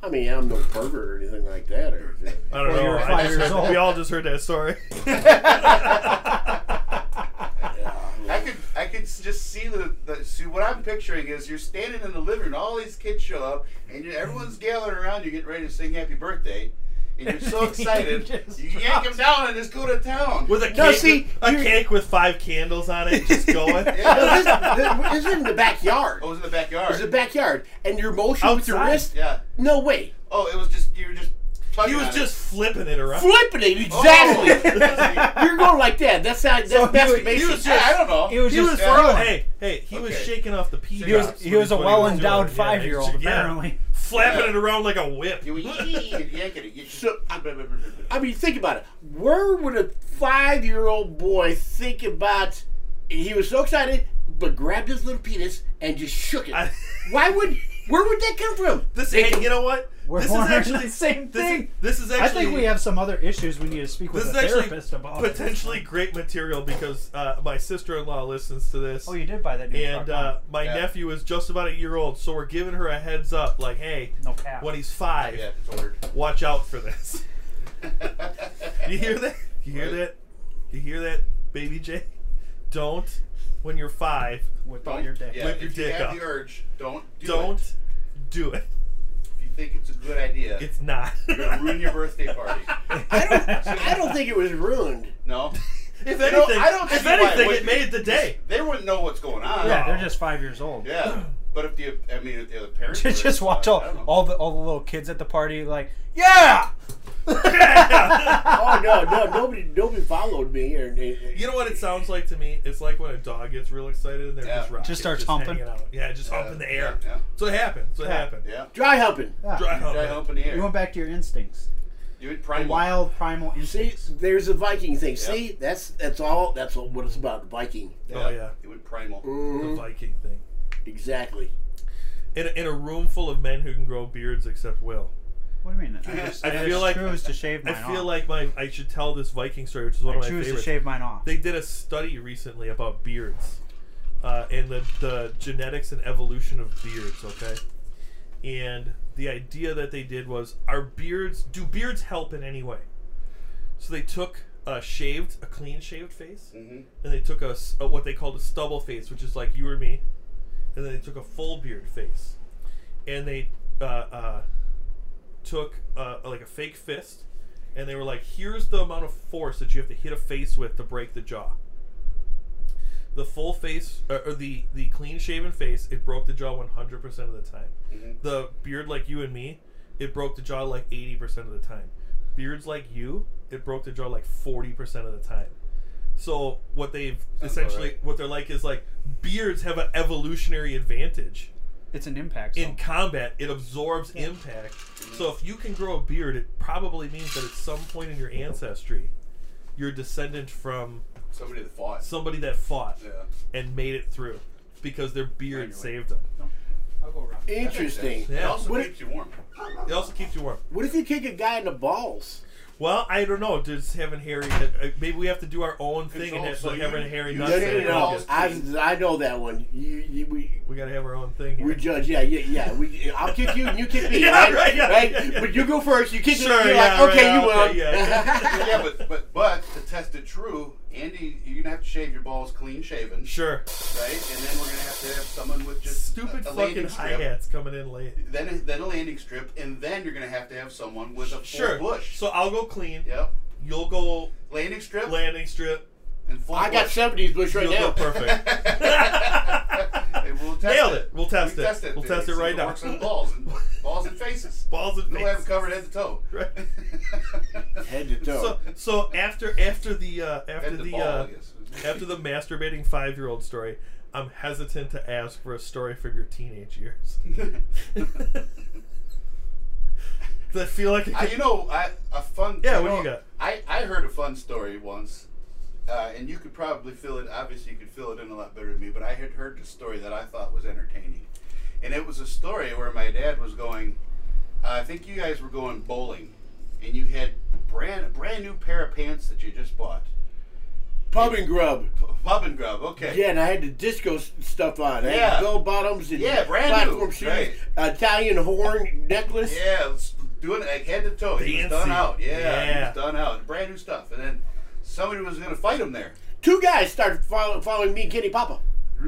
I mean, I'm no pervert or anything like that. Or
I don't
Well, you
know.
were
I
five
just
years
heard-
old.
we all just heard that story.
I could I could s- just see the, the see what I'm picturing is you're standing in the living room, all these kids show up, and you everyone's gathering around, you getting ready to sing happy birthday, and you're so excited,
Just
you yank them down and just go to town.
With a cake,
No, see,
a
you're-
cake with five candles on it, just going.
Yeah.
this, this, this is in the backyard.
Oh, it was in the
It's the
backyard.
backyard, and your motion with your
Outside.
wrist.
Yeah.
No way.
Oh, it was just you were just.
He
tugging
was
on it. Oh.
just flipping it around.
Flipping it
Oh.
exactly. You're going like that. That's how. That's masturbation.
He was just, I don't know.
He was
He
just
was
throwing.
hey, hey, he was
Okay.
shaking off the pee.
He was-
drops
he
when
was a
what he
well-endowed
doing. Yeah,
five-year-old,
yeah.
apparently.
flapping
Yeah.
it around like a whip.
You and yank it. You
So-
just-
I mean, think about it. Where would a five-year-old boy think about? He was so excited, but grabbed his little penis and just shook it.
I-
Why would? Where would that come from?
This, hey, you know what?
We're
this is
wondering
actually
the same
this-
thing.
This is actually.
I think we have some other issues we need to speak with
This
a
is actually
therapist about.
potentially great material because uh, my sister-in-law listens to this.
Oh, you did buy that new
and
truck.
uh,
huh?
my
Yeah.
nephew is just about a year old, so we're giving her a heads up, like, hey,
no cap.
when he's five,
Yeah, it's ordered.
watch out for this. you hear that? You hear
Right.
that? You hear that, baby J? Don't when you're five.
Whip out your dick.
Yeah,
Whip
if
your
you
dick
have
up.
the urge, don't do
Don't
it.
do it.
If you think it's a good idea,
It's not.
you're gonna ruin your birthday party.
I don't. I don't think it was ruined.
No,
if
I
anything,
don't- I don't
if
see why it
anything,
would
it
be.
made the day.
they wouldn't know what's going on.
Yeah, they're just five years old.
Yeah, but if the I mean if the other parents
Just,
were
just watch
I
all,
don't know.
all the all the little kids at the party like, yeah.
Oh no, no, nobody, nobody followed me. Or
You know what it sounds like to me? It's like when a dog gets real excited and they're
Yeah.
just rocking,
Just starts
hanging
humping.
out. Yeah, just humping the air.
Yeah,
So it happened. So it
Yeah.
happened.
yeah. yeah.
dry humping.
Yeah.
Dry
Did I
humping.
open the air?
You went back to your instincts.
you would primal.
Wild primal
See,
instincts.
there's a Viking thing. See, that's that's all. That's all, what it's about. Viking.
Oh yeah,
It went primal.
the
Mhm,
Viking thing.
Exactly.
In a, in a room full of men who can grow beards except Will.
What do you mean? I, just,
I
just
feel like-
chose to shave
I
mine
feel
off.
like my I should tell this Viking story, which is one
I
of my
choose to
favorites.
shave mine off.
They did a study recently about beards, uh, and the the genetics and evolution of beards. Okay, and the idea that they did was: Are beards do beards help in any way? So they took a shaved, a clean shaved face,
Mm-hmm.
and they took a, s- a- what they called a stubble face, which is like you or me, and then they took a full beard face, and they uh, uh, took uh, like a fake fist, and they were like, "Here's the amount of force that you have to hit a face with to break the jaw." The full face uh, or, or the the clean shaven face, it broke the jaw 100 percent of the time.
Mhm.
The beard like you and me, it broke the jaw like 80 percent of the time. Beards like you, it broke the jaw like 40 percent of the time. So what they've
Sounds
essentially
alright.
what they're like is like beards have an evolutionary advantage
It's an impact.
in
zone.
combat. It absorbs impact. So if you can grow a beard, it probably means that at some point in your ancestry, you're a descendant from
Somebody that fought.
somebody that fought
Yeah.
and made it through because their beard
Anyway.
saved them.
I'll go around.
Interesting.
It
Yeah.
also
What-
keeps you warm.
It also keeps you warm.
What if you kick a guy in the balls?
Well, I don't know. Just having Harry. uh, Maybe we have to do our own thing
Control,
and have,
so
like,
you-
having Harry.
you
Nuts
No, no,
in
no,
it.
no.
Yes.
I, I know that one. You, you, we,
We gotta have our own thing here.
we judge. Yeah, yeah, yeah. We, I'll kick you, and you kick me.
Yeah,
right,
right, yeah,
right?
yeah, yeah.
But you go first. You kick
Sure,
me. You're
yeah,
like, okay,
right,
you
okay,
won.
yeah.
yeah, but but but to test it true, Andy, you're gonna have to shave your balls clean shaven,
sure.
right? And then we're gonna have to have someone with just
Stupid
a, a
fucking
landing
hi
strip.
hats coming in late.
Then then a landing strip, and then you're gonna have to have someone with a full
Sure.
bush.
So I'll go clean.
yep,
You'll go
landing strip
landing strip.
and full.
I got
bush.
seventies bush right
You'll go
now.
perfect.
And we'll test
Nailed it. We'll
We
test it.
test it.
We'll
today.
test
See
it
if
right now.
Works on balls and balls and faces.
Balls and
We'll have it
face.
covered head to toe.
Right.
Head to toe.
So, so after after the uh, after
Head to
the
ball,
uh,
I guess.
after the masturbating five year old story, I'm hesitant to ask for a story from your teenage years. 'Cause I feel like it
I,
could,
you know, I, a fun.
Yeah,
you
what do you
know,
got?
I, I heard a fun story once, uh, and you could probably fill it. Obviously, you could fill it in a lot better than me. But I had heard the story that I thought was entertaining, and it was a story where my dad was going. I think you guys were going bowling, and you had brand a brand new pair of pants that you just bought.
Pub and grub.
P- Pub and grub. Okay.
Yeah, and I had the disco s- stuff on. I had
Yeah.
bell bottoms and
Yeah, brand new,
platform shoes,
right.
Italian horn necklace.
Yeah, it's doing it like head to toe. He was done
Fancy.
out. Yeah, he
Yeah.
was done out. Brand new stuff. And then somebody was going to fight him there.
Two guys started follow, following me and Kenny Papa.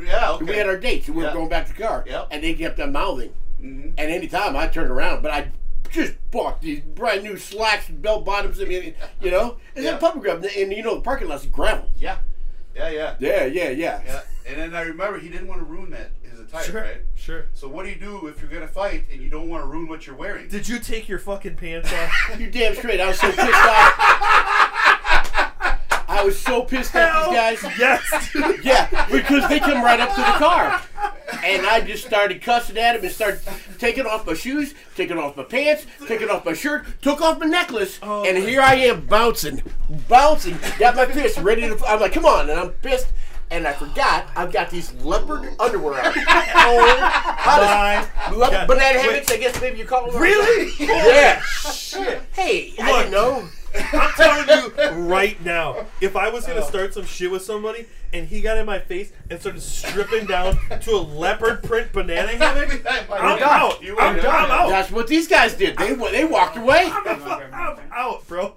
Yeah, okay.
And We had our dates and we were
Yeah.
going back to the car.
Yep.
And they kept on mouthing.
Mhm.
And anytime I turned around, but I just bought these brand new slacks and bell bottoms. I mean, you know, and
Yeah.
then pump grub, and, and you know, the parking lot's gravel.
Yeah, yeah, yeah.
Yeah, yeah, yeah.
Yeah, and then I remember he didn't want to ruin that his attire, right?
Sure.
So what do you do if you're gonna fight and you don't want to ruin what you're wearing?
Did you take your fucking pants off?
You damn straight. I was so pissed off. I was so pissed off at these guys.
yes. dude.
Yeah, because they come right up to the car. And I just started cussing at him and started taking off my shoes, taking off my pants, taking off my shirt, took off my necklace,
Oh,
and here I am bouncing, bouncing, got my fist ready to. I'm like, come on, and I'm pissed. And I forgot I've got these leopard underwear on. Oh, how
My
does, le-
God.
banana
Wait.
hammock, I guess maybe you call them.
Really?
Yeah.
Shit.
Hey, I didn't know.
I'm telling you right now, if I was gonna
Oh.
start some shit with somebody and he got in my face and started stripping down to a leopard print banana hammock,
Oh
I'm out.
You
I'm,
would've
I'm
done
out.
That's what these guys did. They wa- they walked away.
I'm, I'm out, bro.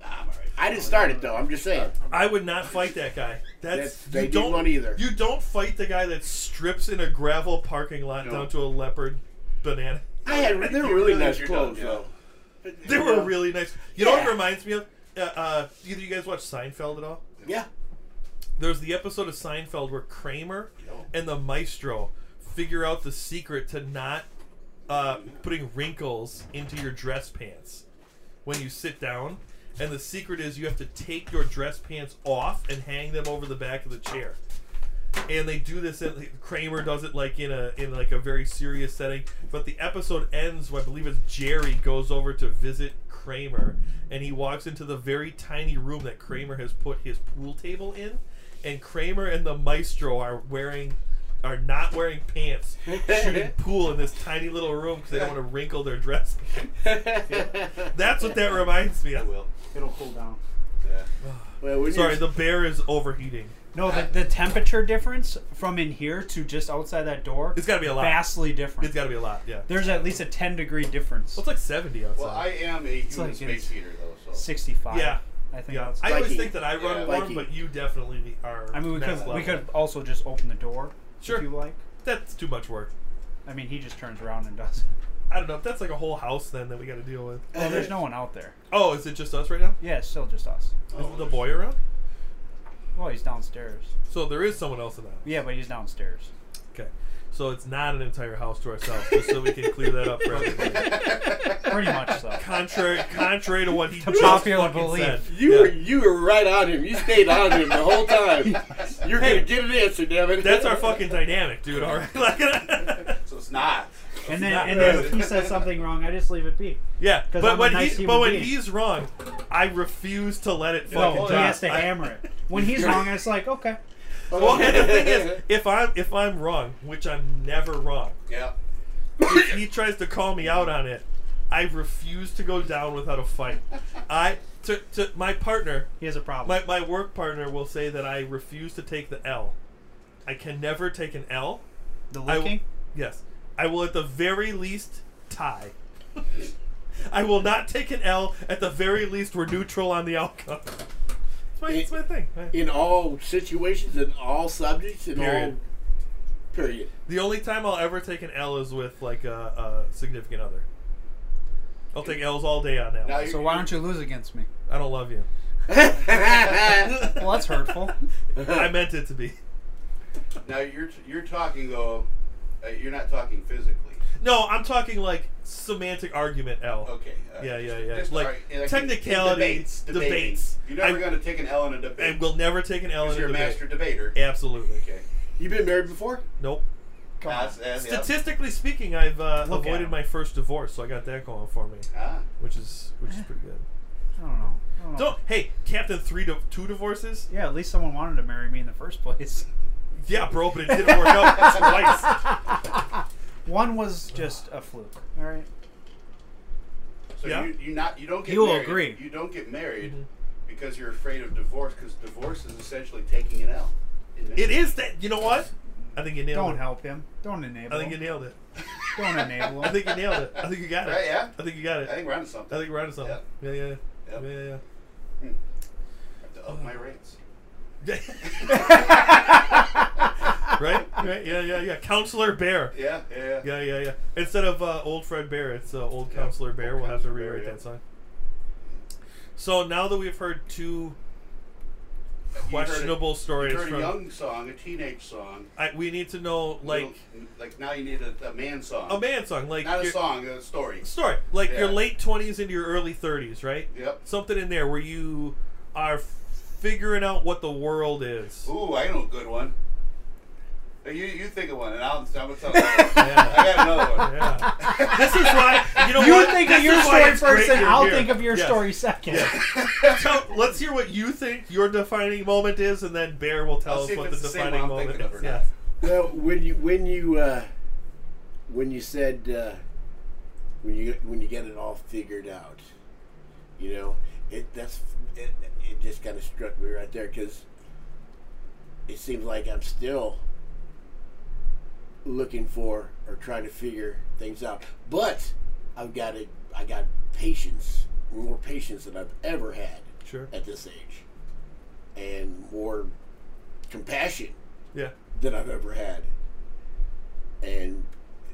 I didn't start it though. I'm just saying.
I would not fight that guy. That's,
That's- they
you
didn't
don't
want either.
You don't fight the guy that strips in a gravel parking lot down to a leopard banana.
I had they were
You
really
really
nice
should
clothes
have,
though.
They were really nice. You know what
Yeah.
it reminds me of? Uh, uh, either you guys watch Seinfeld at all?
Yeah.
There's the episode of Seinfeld where Kramer and the maestro figure out the secret to not uh, putting wrinkles into your dress pants when you sit down. And the secret is you have to take your dress pants off and hang them over the back of the chair. And they do this. In, Kramer does it like in a in like a very serious setting. But the episode ends. Where I believe it's Jerry goes over to visit Kramer, and he walks into the very tiny room that Kramer has put his pool table in. And Kramer and the maestro are wearing are not wearing pants, shooting pool in this tiny little room because they don't want to wrinkle their dress. That's what that reminds me
I
of.
will.
It'll cool down.
Yeah.
Well, when
Sorry,
you,
the bear is overheating.
No, the, the temperature difference from in here to just outside that door
It's got to be a lot.
vastly different.
It's got to be a lot. Yeah.
There's at least a 10 degree difference.
Well, it's like 70 outside.
Well, I am a human
like
space
it's-
heater though, so
65.
Yeah.
I think
yeah.
that's.
I always
Biking.
think that I run
Yeah,
warm,
biking.
but you definitely are.
I mean, we
next
could
level.
we could also just open the door
Sure.
if you like.
That's too much work.
I mean, he just turns around and does it.
I don't know. if That's like a whole house then that we got to deal with.
Well, there's no one out there.
Oh, is it just us right now?
Yeah, it's still just us.
Oh,
Is the boy around?
Well, he's downstairs.
So there is someone else in the house.
Yeah, but he's downstairs.
Okay. So it's not an entire house to ourselves, just so we can clear that up for everybody.
Pretty much so.
Contrary, contrary to what he
To
just
popular
fucking
belief.
said.
you
Yeah.
were you were right on him. You stayed on him the whole time. You're gonna get an answer, damn it.
That's our fucking dynamic, dude. All right. Like,
so it's not.
And then,
not
and then
good.
if he says something wrong, I just leave it be.
yeah,
'Cause
but
I'm a
when
nice
he,
human
but when
being.
he's wrong, I refuse to let it
No,
fucking
he
drop.
has to
I-
hammer it. When he's wrong, it's like, okay.
well, and the thing is, if I'm if I'm wrong, which I'm never wrong,
Yeah.
if he tries to call me out on it, I refuse to go down without a fight. I to, to my partner,
He has a problem.
my, my work partner will say that I refuse to take the L. I can never take an L.
the
I will-
licking?
yes. I will at the very least tie. I will not take an L. At the very least, we're neutral on the outcome. It's my, it's my thing.
in all situations, in all subjects, in
Period.
all period.
The only time I'll ever take an L is with like a, a significant other. I'll take L's all day on
Now
L.
you're,
So why don't you lose against me?
I don't love you.
Well, that's hurtful.
I meant it to be.
now you're you're talking though. Uh, you're not talking physically.
No, I'm talking like semantic argument L.
Okay. Uh,
Yeah, yeah, yeah.
just-
Like,
all in
technicality,
debates. debating.
debates.
You're never
I-
gonna take an L in a debate.
And we'll never take an L
'cause
in a
you're a
debate.
master debater.
Absolutely.
Okay.
you been married before?
Nope.
Come on.
That's- that's- yeah.
Statistically speaking, I've uh,
Look at
avoided
him.
my first divorce, so I got that going for me,
Ah.
which is which is pretty good.
I don't know. I don't know.
Don't hey, Captain three to two divorces.
Yeah, at least someone wanted to marry me in the first place.
Yeah, bro, but it didn't work out twice.
One was just a fluke. All right.
So
Yeah.
you, you not you don't get
You will
married.
agree.
You don't get married
Mm-hmm.
because you're afraid of divorce because divorce is essentially taking an L.
It is that you know what? I think you nailed
Don't
it.
help him. Don't enable
I think you
him.
nailed it.
Don't enable
I
him.
think you nailed it. I think you got it.
Right, yeah?
I think you got it.
I think we're onto
I
something.
think we're onto something. Yeah, yeah, yeah.
Yep.
Yeah, yeah,
I have to up my rates.
yeah. right? Right? Yeah, yeah, yeah. Counselor Bear.
Yeah, yeah, yeah.
Yeah, yeah, yeah. Instead of uh, old Fred Bear, it's uh, old
Yeah,
Counselor Bear.
Old
we'll have to
Counselor Bear,
rewrite
yeah.
that song. So now that we've heard two
You heard a-
questionable stories
You heard
from,
a young song, a teenage song.
I, we need to know
You
like
don't- like now you need a, a man song.
a man song, like
Not a
your-
song, a story.
story, like your
Yeah.
late twenties into your early thirties, right?
Yep.
Something in there where you are figuring out what the world is.
Ooh, I know a good one. Uh, You you think of one, and I'll, I'm gonna tell you. another one.
Yeah.
I got another one.
Yeah. this is why you know
You
what?
think
This
of your
is why
story
it's great
first, and
you're
I'll
here.
think of your
Yes.
story second.
Tell, let's hear what you think your defining moment is, and then Bear will tell
I'll
us
see if
what the
it's the same
defining
one I'm
moment
thinking of
is.
or
Yeah.
not.
Well, when you when you uh, when you said uh, when you when you get it all figured out, you know it that's it, it just kind of struck me right there because it seems like I'm still looking for or trying to figure things out, but I've got it. I got patience, more patience than I've ever had
Sure.
at this age, and more compassion
Yeah.
that I've ever had. And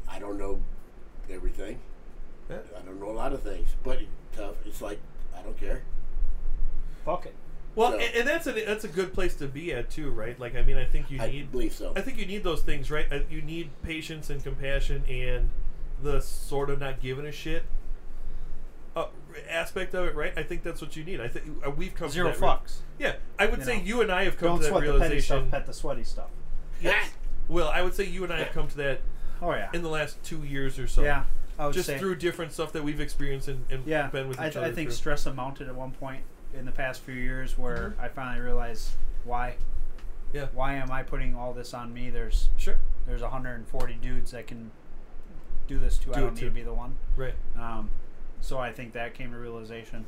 I don't know everything.
Yeah.
I don't know a lot of things, but it's tough. It's like I don't care.
Fuck it.
Well,
So-
and, and that's a that's a good place to be at too, right? Like, I mean, I think you
I
need
believe so.
I think you need those things, right? Uh, You need patience and compassion and the sort of not giving a shit uh, aspect of it, right? I think that's what you need. I think uh, we've come
Zero
to that real-
fucks.
yeah, I would
You
say
know.
you and I have come
Don't
to that
sweat the petty
realization.
stuff, pet the sweaty stuff.
Yes. Well, I would say you and I have come to that
Oh yeah.
in the last two years or so.
yeah. I would
just
say.
through different stuff that we've experienced and, and
yeah.
been with each
I, th-
other.
I think
through.
stress amounted at one point in the past few years where I finally realized why.
Mm-hmm. Yeah.
Why am I putting all this on me? There's
Sure.
there's 140 dudes that can do this to. I
Do it
don't need
to.
to be the one.
Right.
Um, so I think that came to realization,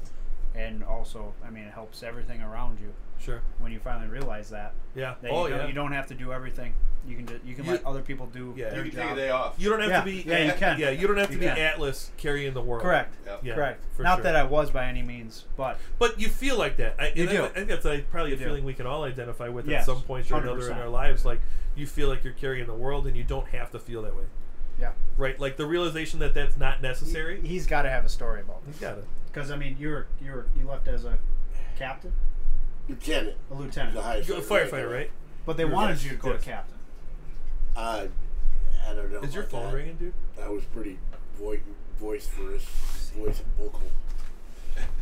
and also, I mean, it helps everything around you
Sure.
when you finally realize that.
Yeah.
that
oh
you, don't,
yeah.
you don't have to do everything. You can just, you can
You-
let other people do
yeah.
their
You can take a
job.
day off.
You don't have
Yeah,
to be.
yeah, you can.
Yeah. You don't have to
You
be
can.
Atlas carrying the world.
Correct.
Yep.
Yeah,
Correct.
for
Not
sure.
that I was by any means, but
But you feel like that. I,
You
and I-
do.
I think that's like probably a
You do.
feeling we can all identify with at
Yes,
some point or another in
100%.
our lives. Like you feel like you're carrying the world, and you don't have to feel that way.
yeah,
Right. Like the realization that that's not necessary.
he's got to have a story about
You
this.
got it.
Because I mean, you're you're you left as a captain,
Lieutenant,
a
is
lieutenant,
the highest.
You're a firefighter, right?
but they
You're
wanted
yes,
you to go
yes.
to captain.
Uh, I don't know.
Is your
about
phone
that.
ringing, dude?
That was pretty voice voice for us, voice vocal.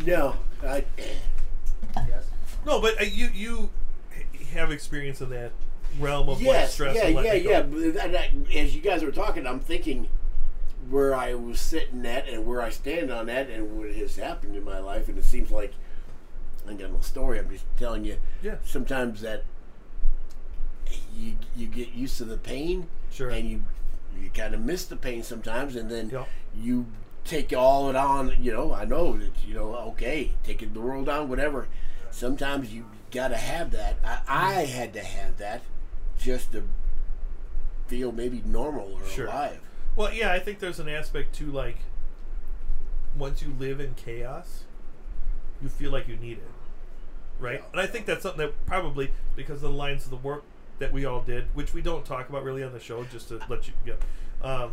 No, I.
Yes.
No, but uh, you you h- have experience in that realm of like
yes,
stress
yeah,
and
yeah,
letting it go.
yeah. But that- that- as you guys were talking, I'm thinking where I was sitting at and where I stand on that, and what has happened in my life, and it seems like I ain't got no story. I'm just telling you.
Yeah.
Sometimes that you you get used to the pain,
Sure.
and you you kind of miss the pain sometimes, and then
Yeah.
you take all it on. You know, I know that you know. Okay, taking the world on, whatever. Sometimes you gotta have that. I, I had to have that just to feel maybe normal or
Sure.
alive.
Well, yeah, I think there's an aspect to like once you live in chaos, you feel like you need it, right? And I think that's something that probably because of the lines of the work that we all did, which we don't talk about really on the show, just to let you go. Um,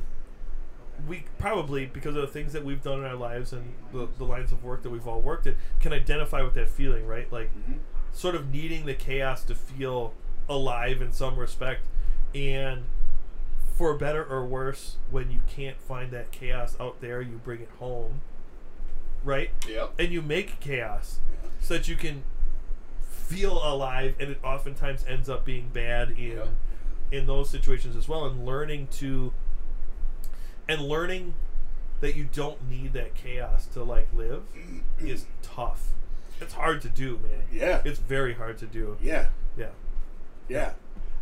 we probably because of the things that we've done in our lives and the, the lines of work that we've all worked in can identify with that feeling, right? Like
Mm-hmm.
sort of needing the chaos to feel alive in some respect and for better or worse when you can't find that chaos out there you bring it home right
Yep.
and you make chaos so that you can feel alive and it oftentimes ends up being bad in
Yeah.
in those situations as well and learning to and learning that you don't need that chaos to like live is tough it's hard to do man
Yeah.
it's very hard to do
Yeah.
yeah
Yeah,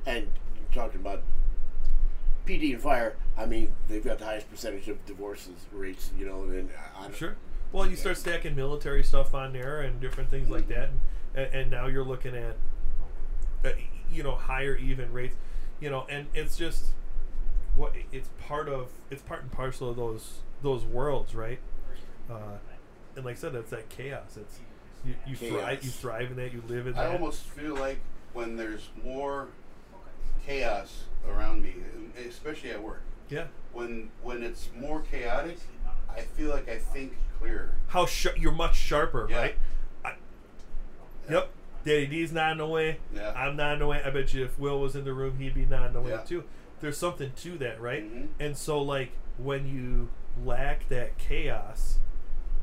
and you're talking about PD and fire. I mean, they've got the highest percentage of divorces rates. You know, and I, I
sure well you start stacking military stuff on there and different things like that and, and now you're looking at uh, you know higher even rates you know, and it's just what it's part of. It's part and parcel of those those worlds, right? Uh, and like I said, that's that chaos. It's you, you thrive.
Chaos.
You thrive in that. You live in
I
that.
almost feel like when there's more chaos around me, especially at work,
yeah.
when when it's more chaotic, I feel like I think clearer.
How sharp? You're much sharper,
Yeah.
right? I, Yep. Daddy D's not in the way.
Yeah.
I'm not in the way. I bet you if Will was in the room, he'd be not in the way
Yeah.
too. There's something to that, right?
Mhm.
And so, like, when you lack that chaos,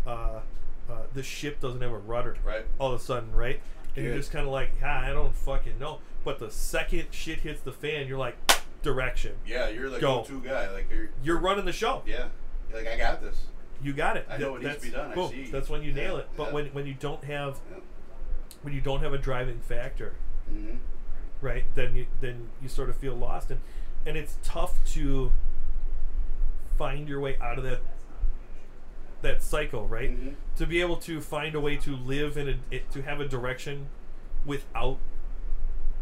uh, uh, the ship doesn't have a rudder,
Right.
All of a sudden, right? And you're
Good.
just kind of like, yeah, I don't fucking know. But the second shit hits the fan, you're like, direction.
Yeah, you're like
Go.
a two guy. Like you're,
You're running the show.
yeah. You're like I got this.
You got it.
I know what needs to be done. I
boom.
see.
That's when you
Yeah,
nail it. But
yeah.
when when you don't have
Yeah.
when you don't have a driving factor,
Mhm.
right? Then you then you sort of feel lost, and and it's tough to find your way out of that that cycle, right?
Mhm.
To be able to find a way to live in a it, to have a direction without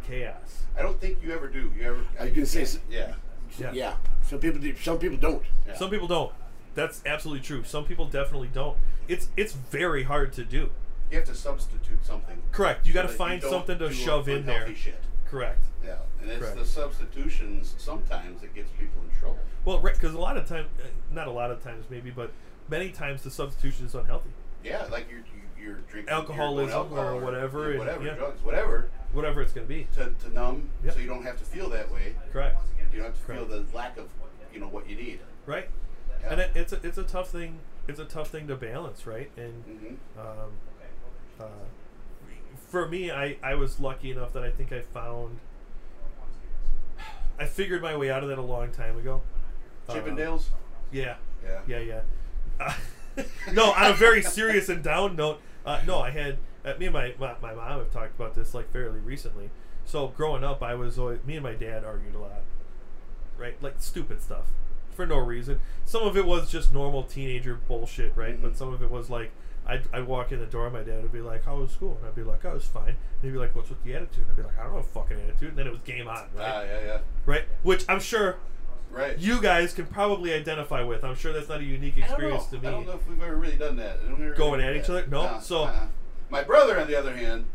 chaos.
I don't think you ever do. You ever?
I can say, s-
Yeah.
Yeah.
yeah. Some people do. Some people don't.
Yeah.
Some people don't. That's absolutely true. Some people definitely don't. It's it's very hard to do.
You have to substitute something.
Correct. You got
so
to
that
find
don't
something to
do
shove in
unhealthy
there.
Shit.
Correct.
Yeah, and it's
Correct.
the substitutions sometimes that gets people in trouble.
Well, right, because a lot of times, not a lot of times maybe, but many times the substitution is unhealthy.
Yeah, like you're you- you're drinking you're doing
Alcoholism
alcohol
or whatever, and-
whatever
yeah.
drugs, whatever
Whatever it's going to be.
to, to numb,
Yep.
so you don't have to feel that way.
Correct.
You don't have to feel
Correct.
the lack of you know what you need.
Right.
Yeah.
And it, it's a, it's a tough thing. It's a tough thing to balance, right? And
Mhm.
um, uh, for me, I I was lucky enough that I think I found. I figured my way out of that a long time ago.
Chippendales.
Uh, yeah.
Yeah.
Yeah, yeah. Uh, no, on a very serious and down note, uh, no, I had uh, me and my, my my mom have talked about this like fairly recently. So growing up, I was always, me and my dad argued a lot, right? Like stupid stuff for no reason. Some of it was just normal teenager bullshit, right? But
Mhm.
some of it was like. I'd, I'd walk in the door, my dad would be like, How was school? And I'd be like, Oh, it was fine. And he'd be like, What's with the attitude? And I'd be like, I don't know, fucking attitude. And then it was game on,
Ah,
right?
yeah, yeah.
Right? Which I'm sure
Right.
you guys can probably identify with. I'm sure that's not a unique
I don't know.
experience to me.
I don't know if we've ever really done that. I don't really
Going
do
at each
that.
other? No,
Nah,
so-
uh-uh. my brother, on the other hand,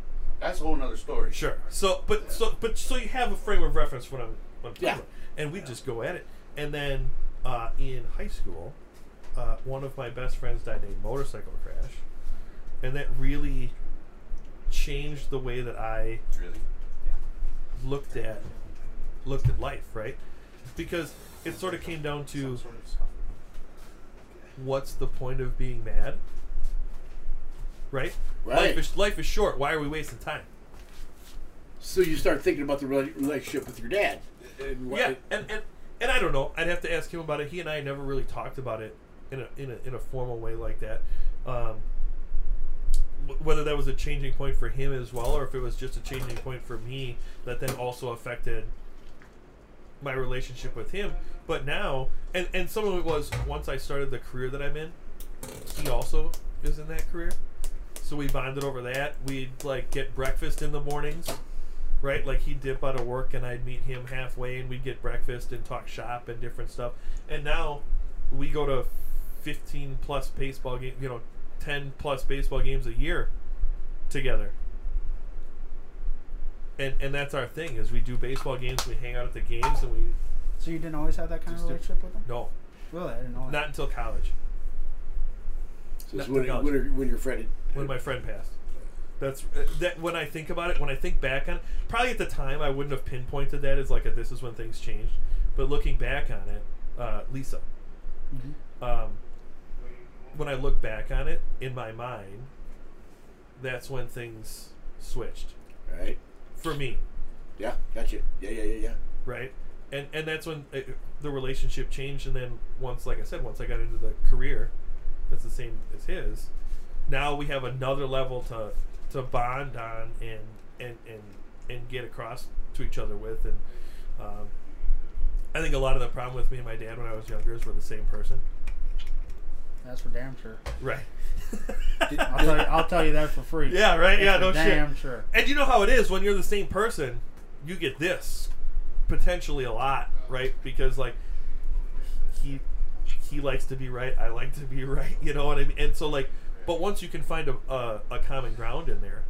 that's a whole nother story.
Sure. So, but so, but so you have a frame of reference for what I'm, what I'm talking
Yeah.
about, and we just go at it. And then uh, in high school, uh, one of my best friends died in a motorcycle crash, and that really changed the way that I
Really.
looked at looked at life, right? Because it sort of came down to what's the point of being mad, right?
Right.
Life is life is short. Why are we wasting time?
So you start thinking about the rela- relationship with your dad. And what-
Yeah, and, and and I don't know. I'd have to ask him about it. He and I never really talked about it in a in a, in a formal way like that. Um, wh- whether that was a changing point for him as well, or if it was just a changing point for me that then also affected my relationship with him. But now, and and some of it was once I started the career that I'm in, he also is in that career. So we bonded over that. We'd like get breakfast in the mornings right? Like he'd dip out of work and I'd meet him halfway and we'd get breakfast and talk shop and different stuff. And now we go to 15 plus baseball game, you know, 10 plus baseball games a year together. And and that's our thing is we do baseball games, we hang out at the games and we
So you didn't always have that kind
Just
of
do-
relationship with them?
no,
Really, I didn't know.
not until college
So it's
Not
when,
technology.
when, are- when your friend.
when my friend passed. That's uh, that when I think about it, when I think back on it, probably at the time I wouldn't have pinpointed that as like a, this is when things changed. But looking back on it, uh, Lisa,
Mm-hmm.
um, when I look back on it in my mind, that's when things switched
Right.
for me,
Yeah. Gotcha. Yeah. Yeah. Yeah. Yeah.
right? And and that's when uh the relationship changed. And then once, like I said, once I got into the career, that's the same as his. Now we have another level to to bond on and and and and get across to each other with. And um, I think a lot of the problem with me and my dad when I was younger is we're the same person,
That's for damn sure.
right?
I'll tell you, I'll tell you that for free.
Yeah, right.
That's
Yeah,
for
no shit.
damn sure.
And you know how it is when you're the same person, you get this. potentially a lot, right? Because like he he likes to be right, I like to be right, you know what I mean? And so like, but once you can find a a, a common ground in there,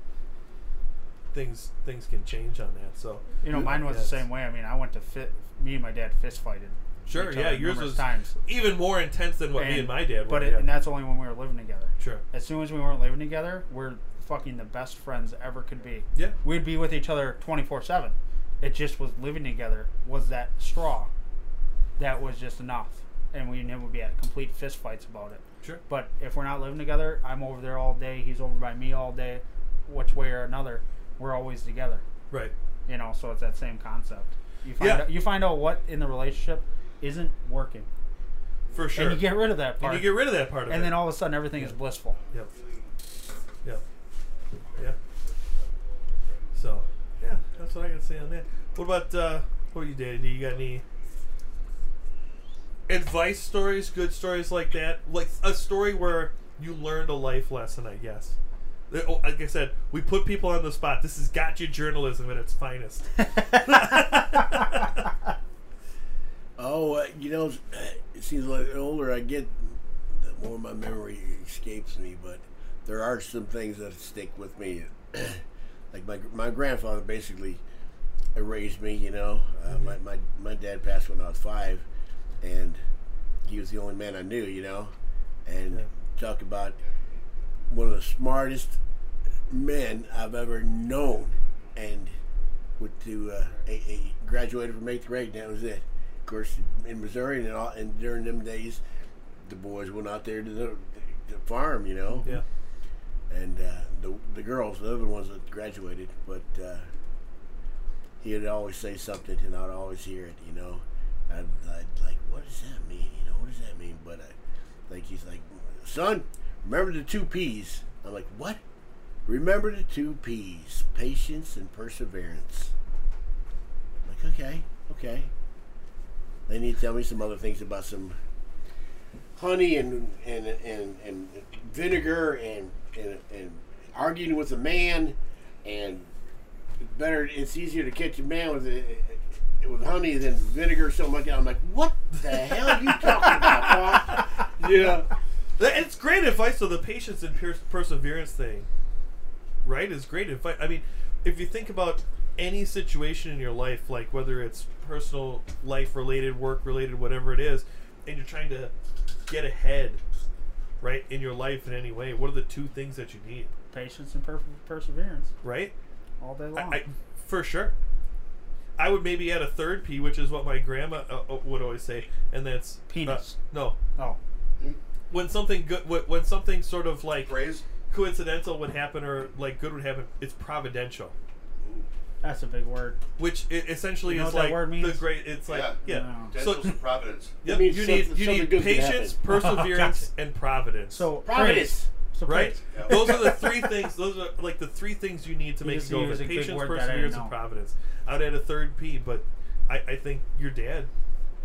things things can change on that. So
You know, mine was the
Yes.
same way. I mean, I went to fit. Me and my dad fist fighted.
Sure,
each
yeah,
other
yours
numerous
was
times.
even more intense than what me and my dad were.
But
yeah.
it, and that's only when we were living together.
sure,
As soon as we weren't living together, we're fucking the best friends ever could be.
yeah,
We'd be with each other twenty four seven. It just was living together was that straw, that was just enough, and we never would be at complete fist fights about it.
sure,
But if we're not living together, I'm over there all day. He's over by me all day. Which way or another, we're always together.
right.
You know, so it's that same concept. You find
Yeah.
out, you find out what in the relationship isn't working,
For sure.
and you get rid of that
And
part,
you get rid of that part of
and
it.
then all of a sudden everything is blissful.
Yep. Yep. Yeah. So, yeah, that's what I can say on that. What about uh, what about you, Daddy? Do you got any advice stories, good stories like that, like a story where you learned a life lesson? I guess. Uh, oh, Like I said, we put people on the spot. This is gotcha journalism at its finest.
Oh, uh, you know, it seems like the older I get, the more my memory escapes me. But there are some things that stick with me. like my my grandfather basically raised me. You know, uh, my, my my dad passed when I was five, and he was the only man I knew. You know, and
Yeah.
talk about one of the smartest men I've ever known, and went to uh, a, a graduated from eighth grade. And that was it. Of course, in Missouri and all, and during them days, the boys went out there to the, the farm, you know,
yeah.
and uh, the the girls, the other ones that graduated, but uh, he'd always say something, and I'd always hear it, you know. I'd, I'd like, what does that mean? You know, what does that mean? But I, like, he's like, son, remember the two P's. I'm like, what? Remember the two P's: patience and perseverance. I'm like, okay, okay. They need to tell me some other things about some honey and and and, and vinegar and, and and arguing with a man and it's better it's easier to catch a man with a, with honey than vinegar or something like that. I'm like, what the hell are you talking about, Paul? Yeah.
That- It's great advice. So the patience and per- perseverance thing, right, is great advice. I mean, if you think about any situation in your life, like whether it's personal life related, work related, whatever it is, and you're trying to get ahead, right, in your life in any way, what are the two things that you need,
Patience and per- perseverance
right?
all day
I,
long.
I, for sure. I would maybe add a third P, which is what my grandma uh, uh, would always say, and that's uh,
Penis.
no,
oh,
when something good, when- when something sort of like
Praise.
coincidental would happen or like good would happen it's providential
that's a big word.
which i essentially
You know
is
what that
like
word
the
means?
great it's like
Yeah.
yeah,
No.
so
Dentals and Providence.
yep,
means
you need
something-
you
something
need
good can
patience perseverance and providence
So
Providence.
praise. So
right
praise.
Yeah.
those are the three things those are like the three things you need to
You
make
just
it go
used
with
a big
patience
word that I
perseverance
didn't
and
know.
providence i'd add a third p but i i think your dad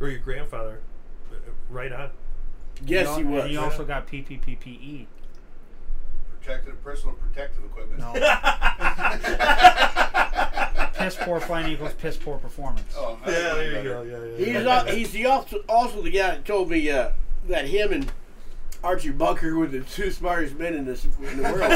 or your grandfather uh, right on
Yes, he
al-
was.
And you also got PPPPE.
Protective, personal protective equipment.
No, piss poor plan equals piss poor performance.
Oh, I
yeah
like mine
there you go
better.
yeah yeah,
He's
yeah.
al- he's the also, also the guy that told me uh, that him and Archie Bunker were the two smartest men in, this, in the world. and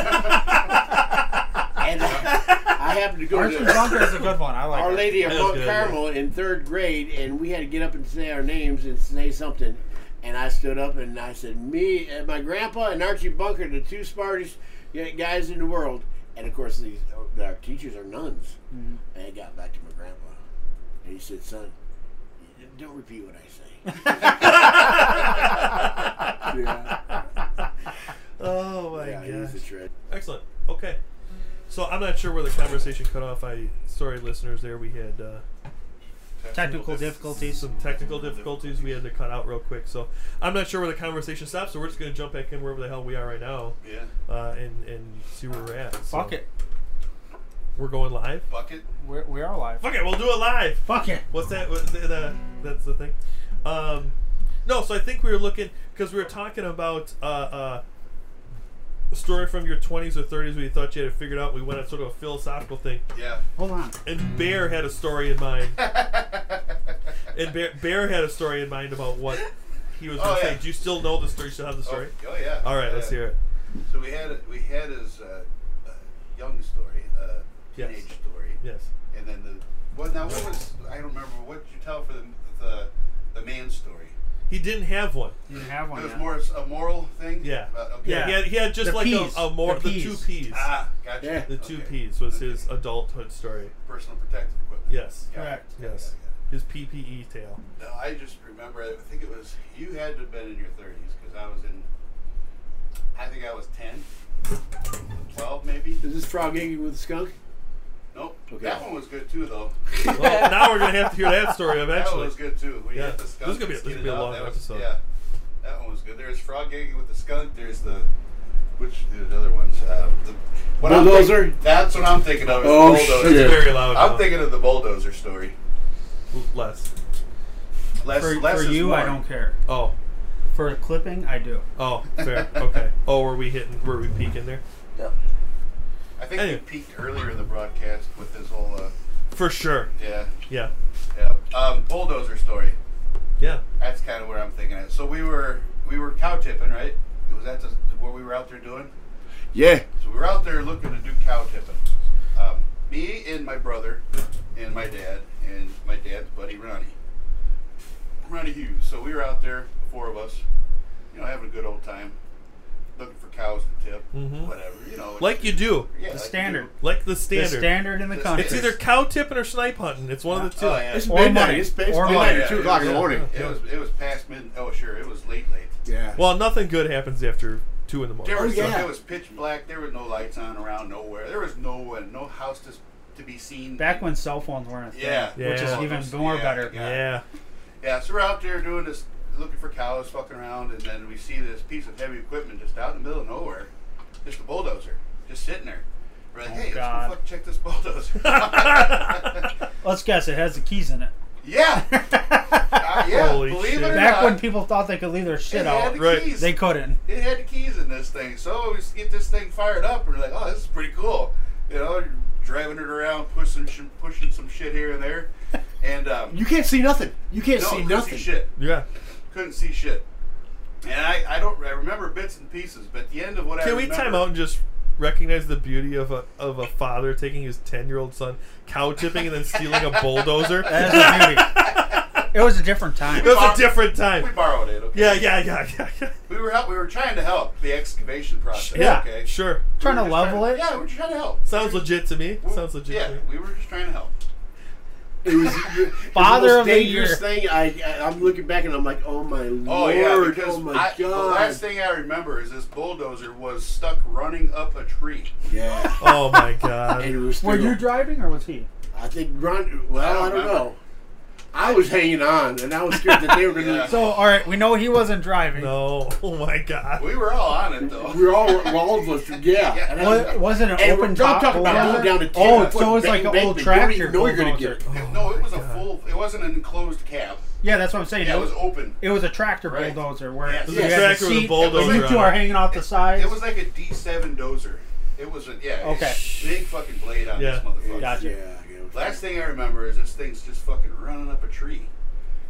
I, I happened to go
Archie
to
Bunker is a good one. I like
Our
it.
Lady of
That was
Mount
good, yeah.
Carmel in third grade, and we had to get up and say our names and say something. And I stood up and I said, "Me and my grandpa and Archie Bunker, the two smartest y- guys in the world." And of course, these uh, our teachers are nuns.
Mm-hmm.
And I got back to my grandpa, and he said, "Son, don't repeat what I say." yeah,
oh my
yeah,
gosh
he's a treasure.
Excellent. Okay. So I'm not sure where the conversation cut off. I sorry, listeners. There we had uh,
Technical difficulties.
some technical difficulties. We had to cut out real quick. So I'm not sure where the conversation stopped. So we're just gonna jump back in wherever the hell we are right now
Yeah.
uh, and and see where we're at. So
Fuck it.
We're going live.
Bucket.
We're, we are live.
Fuck it. We'll do it live.
Fuck it.
What's that? What's the, the, that's the thing. Um, no, so I think we were looking because we were talking about uh, uh, a story from your 20s or 30s where you thought you had it figured out. We went on sort of a philosophical thing.
Yeah.
Hold on.
And Bear had a story in mind. and Bear, Bear had a story in mind about what he was going
Oh,
to
yeah.
say. Do you still know the story? You still have the story?
Oh, oh yeah.
All right, let's
Yeah.
hear it.
So we had we had his uh, uh, young story, uh,
Yes.
teenage story,
Yes.
and then the well now what was I don't remember what did you tell for the the, the man story.
He didn't have one.
You didn't have one
It was
yet.
more of a moral thing.
Oh, Yeah.
Uh, okay.
Yeah. He had, he had just
The
like
peas.
a, a more
The
the,
peas.
two P's.
Ah, gotcha.
Yeah.
the two
Okay.
P's was
Okay.
his adulthood story.
personal protective equipment.
Yes.
Got it.
Correct.
Got it,
Yes.
got it, got it.
His PPE tale.
No, I just remember. I think it was you had to have been in your thirties because I was in. I think I was ten, twelve maybe.
Is this frog egging with skunk?
Nope.
Okay.
That one was good too, though.
Well, now we're gonna have to hear that story
That one
eventually.
was good too. We
Yeah.
had the
This is gonna
skunk
be a-
and
this is
skin
gonna be a
it out.
long
That
episode.
Was, yeah, that one was good. There's frog gigging with the skunk. There's the which there's other ones. Uh, the, what I'm
Bulldozer?
think- that's what I'm thinking of. is
Oh,
the bulldozer.
That's
shit.
very loud.
I'm
now.
thinking of the bulldozer story.
less.
Less,
For,
less
for
is
you,
more.
I don't care.
Oh.
For clipping, I do.
Oh, fair. Okay. Oh, were we hitting? Were we peaking there?
I think
Anyway.
we peaked earlier in the broadcast with this whole. Uh,
For sure.
yeah,
Yeah.
yeah. Um, bulldozer story.
Yeah.
That's kind of where I'm thinking of. So we were we were cow tipping, right? Was that the, what we were out there doing?
Yeah.
So we were out there looking to do cow tipping. Um, me and my brother and my dad and my dad's buddy Ronnie. Ronnie Hughes. So we were out there, the four of us, you know, having a good old time, looking for cows to tip,
Mhm.
whatever, you know.
Like you do.
yeah,
The
like you
standard.
Like the
The
standard.
standard in the
It's
country.
It's either cow tipping or snipe hunting. It's one of the
do.
two.
Oh, yeah.
It's
Or
midnight.
money.
It's, it's
Or
midnight
money.
or 2 o'clock in the
Yeah.
morning.
It was it was past mid. Oh sure, it was late late.
Yeah.
Well, nothing good happens after two in the morning.
There was
Oh, yeah.
it was pitch black. There was no lights on around nowhere. There was no one, no house to, s- to be seen.
Back when cell phones weren't a thing,
Yeah.
which is
Yeah.
even more
Yeah.
better.
yeah.
Yeah, so we're out there doing this, looking for cows, fucking around, and then we see this piece of heavy equipment just out in the middle of nowhere, just a bulldozer, just sitting there. We're like, hey, let's
Oh, God.
go fuck check this bulldozer.
Let's guess it has the keys in it.
yeah, uh, yeah,
Holy
believe
shit.
it or
Back
not,
when people thought they could leave their
it
shit
had
out,
the
Right.
keys.
they couldn't.
it had the keys in this thing. So we just get this thing fired up, and we're like, oh, this is pretty cool. You know, you're driving it around, pushing sh- pushing some shit here and there, and um,
You can't see nothing. You can't
no,
see
couldn't
nothing.
shit.
Yeah.
couldn't see shit. And I, I don't I remember bits and pieces, but at the end of what I
Can we
remember,
time out and just recognize the beauty of a of a father taking his ten year old son cow tipping and then stealing a bulldozer?
That's the beauty. It was a different time.
It was a different time.
We borrowed it. Okay.
Yeah, yeah, yeah, yeah. yeah.
We were help, we were trying to help the excavation process.
Yeah,
Okay.
sure.
Trying to
We were just
level
trying-
it.
Yeah, we were trying to help.
Sounds legit to me.
We-
Sounds legit
Yeah,
to me.
we were just trying to help.
It was the
Father
most
of the year.
dangerous thing. I, I I'm looking back and I'm like, oh my
Oh
lord,
yeah, because
oh my
I, the
god.
last thing I remember is this bulldozer was stuck running up a tree.
Yeah.
Oh my
and
god.
it was
Were you
still-
driving or was he?
I think Ron. Well, I
I
don't,
don't
know. I was hanging on, and I was scared that they were going to.
Yeah.
So, all right, we know he wasn't driving.
No. Oh my god.
We were all on it though.
We were all, all of us, yeah. And I was-
What, wasn't it
and we're
open top?
talking about
bulldozer?
going down to
oh,
10
so it was
foot
like an
bank-
old
bank, but you
tractor
know you're gonna
bulldozer.
get it.
no,
Oh
it was a full. It wasn't an enclosed cab.
Yeah, that's what I'm saying.
Yeah, it
it,
was open.
it was a tractor
Right.
bulldozer where
Yes. It was
you
a
had the
tractor with a
seat,
bulldozer
You
on
two
it.
are hanging off the sides.
It was like a D7 dozer. It was a yeah.
Okay.
Big fucking blade on
Yeah.
this motherfucker.
Gotcha.
Yeah, yeah.
Last thing I remember is this thing's just fucking running up a tree.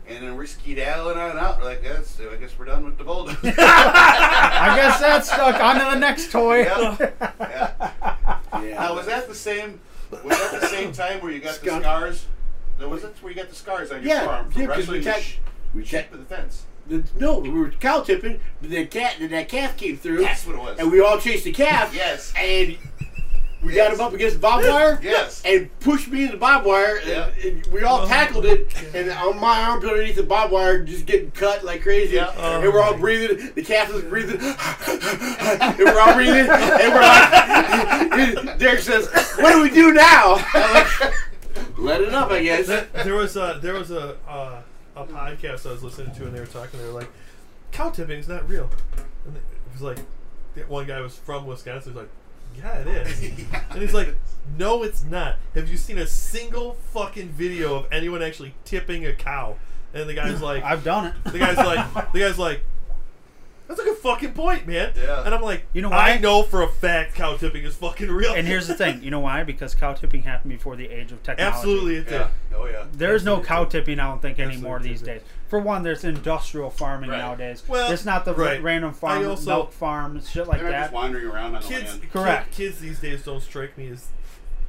And then we're skedaddling on out. We're like, that's, I guess we're done with the bulldozer.
I guess that's stuck. On to the next toy.
yeah. yeah.
yeah.
Now, Uh, was that the same? Was that the same time where you got
Skunk.
the scars? No, was that where you got the scars on your
Yeah,
forearm from
yeah, 'cause we
wrestling
got-
sh-
we got-
shit with the fence?
The, no, we were cow tipping, but the cat, that calf came through.
That's what it was.
And we all chased the calf.
Yes.
And we got
Yes.
him up against the barbed wire.
Yes.
And pushed me in the barbed wire, and,
Yeah.
and we all
Oh,
tackled it, and on my arm underneath the barbed wire, just getting cut like crazy.
Yeah.
Oh,
and we're all
my.
breathing. The calf is breathing, and we're all breathing, and we're like, Derek says, "What do we do now?" I'm like, Let it up, I guess.
there was a there was a uh, a podcast I was listening to and they were talking. They were like, "Cow tipping is not real." And it was like, that one guy was from Wisconsin. He's like, "Yeah, it is." And he's like, "No, it's not. Have you seen a single fucking video of anyone actually tipping a cow?" And the guy's like,
I've done it.
"The guy's like, the guy's like." That's a good fucking point, man.
Yeah.
And I'm like,
You know
I
why?
know for a fact cow tipping is fucking real.
And here's the thing, you know why? Because cow tipping happened before the age of technology.
absolutely it did.
Yeah. Oh yeah.
There's no cow tipping, I don't think, anymore
Absolutely
these
tipping.
days. For one, there's industrial farming
Right.
nowadays.
Well,
it's not the ra-
right.
random farm,
I also-
milk farm, shit like
They're just
that.
wandering around on the
Kids,
land.
kid-
Correct.
Kids these days don't strike me as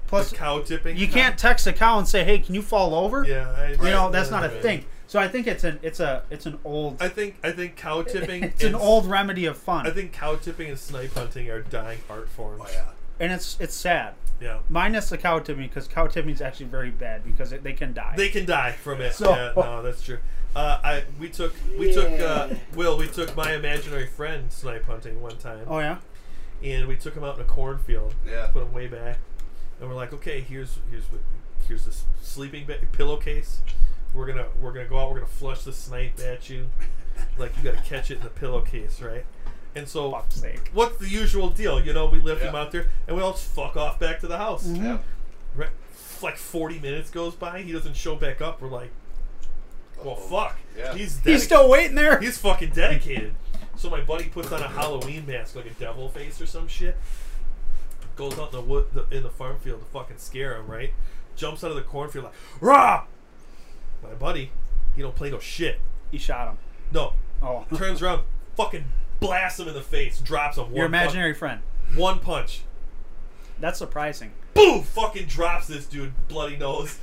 Plus,
cow tipping.
you can't text a cow and say, "Hey, can you fall over?"
Yeah, I,
You know, that's not a thing. So I think it's an it's a it's an old
I think I think cow tipping.
it's an
and-
old remedy of fun,
I think cow tipping and snipe hunting are dying art forms.
Oh yeah.
and it's it's sad.
yeah.
Minus the cow tipping, because cow tipping is actually very bad because it, they can die.
They can die from it.
So- oh.
yeah, no, that's true. Uh, I we took we took uh, Will we took my imaginary friend snipe hunting one time,
oh yeah,
and we took him out in a cornfield.
Yeah.
put him way back, and we're like, okay, here's here's what here's this sleeping ba- pillowcase. We're gonna we're gonna go out. We're gonna flush the snipe at you, like you gotta catch it in the pillowcase, right? And so
fuck's sake.
what's the usual deal? You know, we lift him
Yeah.
out there, and we all just fuck off back to the house.
Mm-hmm.
Yeah.
Right, like forty minutes goes by, he doesn't show back up. We're like, well, fuck,
Yeah.
he's dedicated.
He's still waiting there.
He's fucking dedicated. So my buddy puts on a Halloween mask, like a devil face or some shit. Goes out in the wood the, in the farm field to fucking scare him, right? Jumps out of the cornfield like, rah! My buddy, he don't play no shit.
he shot him.
No,
Oh,
turns around, fucking blasts him in the face, drops him. One
your imaginary friend.
punch, one punch.
That's surprising.
Boom! Fucking drops this dude, bloody nose.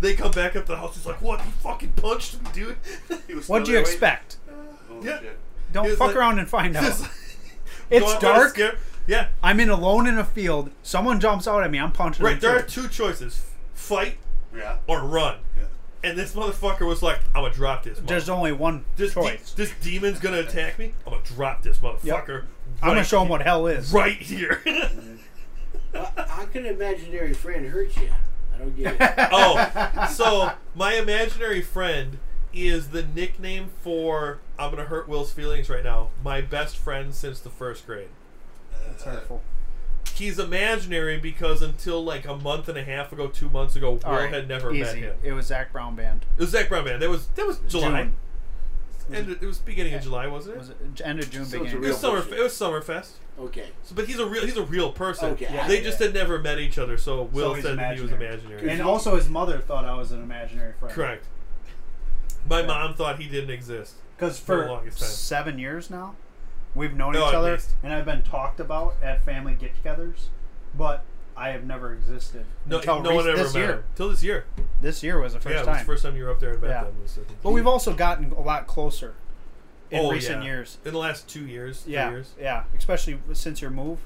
they come back up to the house. He's like, "What? You fucking punched me, dude!"
He was
What do you
still there waiting.
expect?
Oh,
Yeah.
shit.
Don't
It's
fuck
like-
around and find out.
Just-
It's
Go out there to
dark.
scare- Yeah,
I'm in alone in a field. Someone jumps out at me. I'm punching.
Right,
him
there are
too.
two choices: fight
Yeah.
or run.
Yeah.
And this motherfucker was like, "I'm gonna drop this. mother-
There's only one
this de-
choice.
this demon's gonna attack me. I'm gonna drop this motherfucker. Right,
I'm gonna show him what hell is.
right here.
How can an imaginary friend hurt you? I don't get it.
oh, so my imaginary friend is the nickname for I'm gonna hurt Will's feelings right now. My best friend since the first grade.
It's hurtful.
He's imaginary because until like a month and a half ago, two months ago, Will
All right,
had never met
easy.
him.
It was Zach Brown band.
It was Zach Brown man. That was that was July.
June.
And it was beginning of July, wasn't it?
Was it end of June,
So it's a
beginning?
It
real-
was summer.
bullshit.
It was Summerfest.
Okay.
So, but he's a real he's a real person.
Okay. Yeah.
They just had never met each other, so Will
he's
said that he was
imaginary.
imaginary.
And also, his mother thought I was an imaginary friend.
Correct. My mom thought he didn't exist.
Because
For the
for
longest time.
seven years now, we've known
No,
each
at
other,
least.
and I've been talked about at family get-togethers, but I have never existed
No,
until
no one
rec-
ever
this
met
year.
him. Till this year.
This year was the first
yeah, it was
time.
the first time you were up there and met
Yeah.
them. was the-
But we've also gotten a lot closer in
Oh,
recent
yeah.
years.
In the last two years, three
Yeah,
years.
yeah. Especially since your move,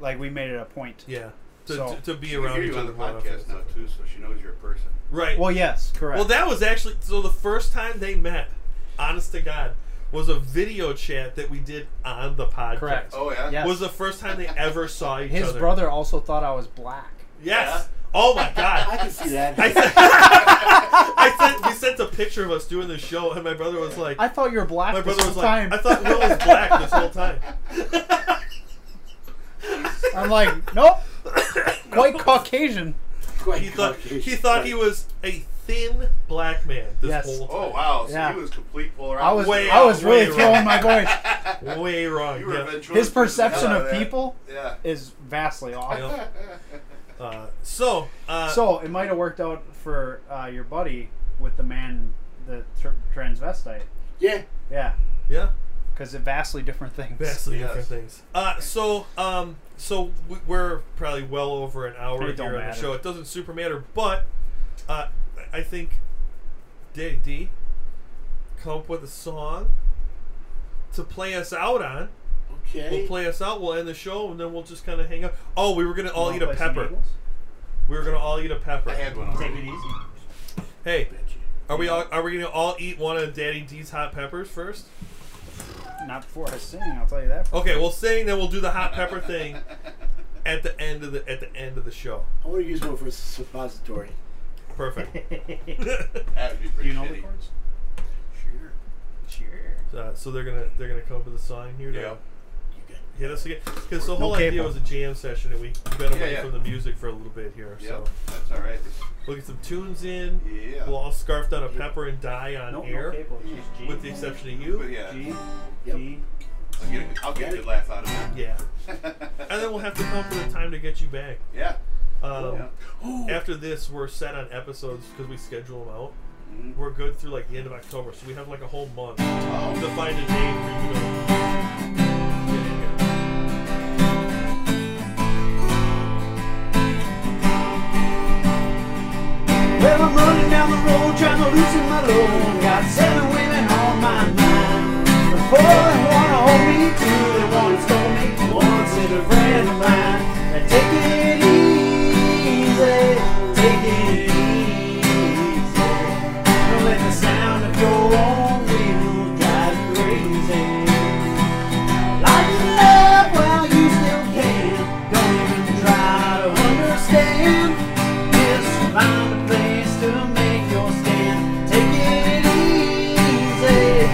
like we made it a point.
Yeah. To,
So-
to, to be
You can
around
hear
each
you on
other
the
more often.
podcast now too, so she knows you're a person.
Right.
Well, yes, correct.
Well, that was actually so the first time they met, honest to God, was a video chat that we did on the podcast.
Correct.
Oh yeah.
Yeah.
Was the first time they ever saw each
his
other.
brother also thought I was black.
Yes. Oh my
I
God.
can see that.
I sent, I sent, we sent a picture of us doing the show, and my brother was like,
I thought you were black.
my brother
this
was
whole
like,
time.
I thought Will was black this whole time.
I'm like, nope, quite Caucasian.
Quite
He thought
Caucasian.
he thought he was a thin black man this
Yes.
whole time.
Oh wow. So
Yeah.
he was complete polar
I was,
opposite.
Way
I was
out,
really
way
throwing my voice.
Way wrong.
You were
yeah.
a ventriloquist
His
as
perception
hell
of
there.
people
Yeah.
is vastly off.
Yeah. Uh, so, uh,
So it might have worked out for uh, your buddy with the man, the tr- transvestite.
Yeah.
Yeah,
yeah,
because they're vastly different things.
vastly
Yes.
different things. Uh, so, um, so we- we're probably well over an hour
It don't
here on the
matter.
show. It doesn't super matter, but uh, I think D D come up with a song to play us out on.
Okay.
We'll play us out. We'll end the show, and then we'll just kind of hang out. Oh, we were gonna all
Wanna
eat a
play some
pepper.
Eagles?
We were gonna all eat a pepper.
I had one already.
Take it easy.
Hey,
Betcha.
are we all are we gonna all eat one of Daddy D's hot peppers first?
Not before I sing, I'll tell you that. For
Okay, well, sing, then we'll do the hot pepper thing at the end of the at the end of the show.
I want to use one for suppository.
Perfect.
That would be
Do
pretty
you know the
shitty.
chords?
Sure.
Sure.
Uh, so they're gonna they're gonna come up with a song here.
Yeah.
now.
You got
hit us again. Because the whole
capo.
idea was a jam session, and we got away
Yeah, yeah.
from the music for a little bit here.
Yep,
So
that's all right.
we'll get some tunes in.
Yeah.
We'll all scarf down a pepper and die on
Nope,
air,
no cable. It's just G.
with the exception of
But
you.
yeah,
G.
Yep.
G.
I'll get, a good- I'll get a good laugh out of that.
Yeah. And then we'll have to come for the time to get you back.
yeah.
Um,
yeah.
After this, we're set on episodes because we schedule them out.
Mhm.
We're good through like the end of October, so we have like a whole month to
Oh,
find a name for you to get in here.
Well, I'm running down the road trying to loosen my load. Got seven women on my mind. The four that wanna hold me, two that wanna stone me, one's in a friend of mine. Now take it easy, take it easy. Don't let the sound of your own wheels drive you crazy. Like in love while you still can. Don't even try to understand. Just find a place to make your stand. Take it easy.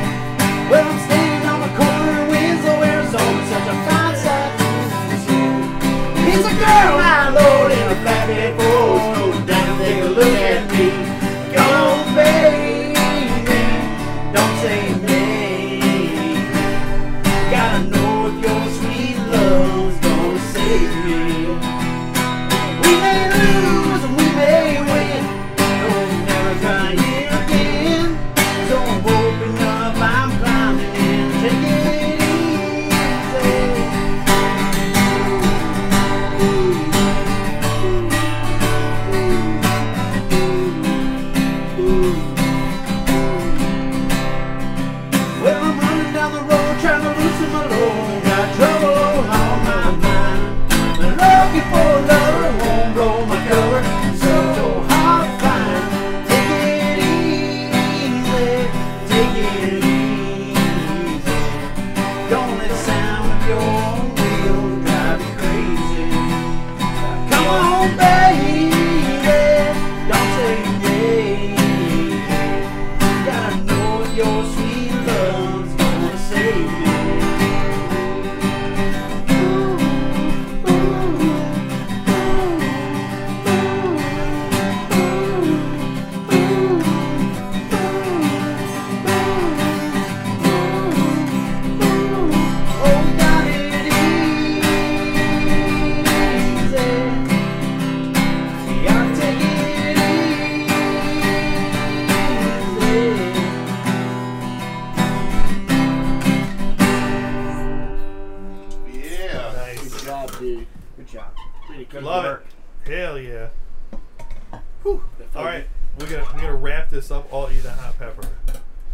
Well, I'm standing on the corner of Winslow, Arizona. Such a fine sight to see. It's a girl I load in a flatbed Ford. Slow down, take a look at me. Go on, baby. Don't say maybe. Gotta know if your sweet love's gonna save me. We may lose and we may win. Don't never try here again. So I'm hoping up, I'm climbing in. Take it easy. Well, I'm running down the road trying to loosen my load. Got trouble on my mind. Been looking for a lover, won't blow my cover. So, so hard to find. Take it easy, take it easy. Don't let the sound of your own wheels drive you crazy. Come on, baby, don't say nay. Gotta know if your sweet love's gonna save me. Ooh, ooh, ooh, ooh, ooh, ooh, ooh, ooh, ooh, ooh. Oh, got it easy. Gotta take it easy.
yeah.
Nice.
Good job, dude.
Good job.
Pretty good.
Love
work.
it. Hell yeah.
That felt
All right. We're gonna we're gonna wrap this up. All eating a hot pepper.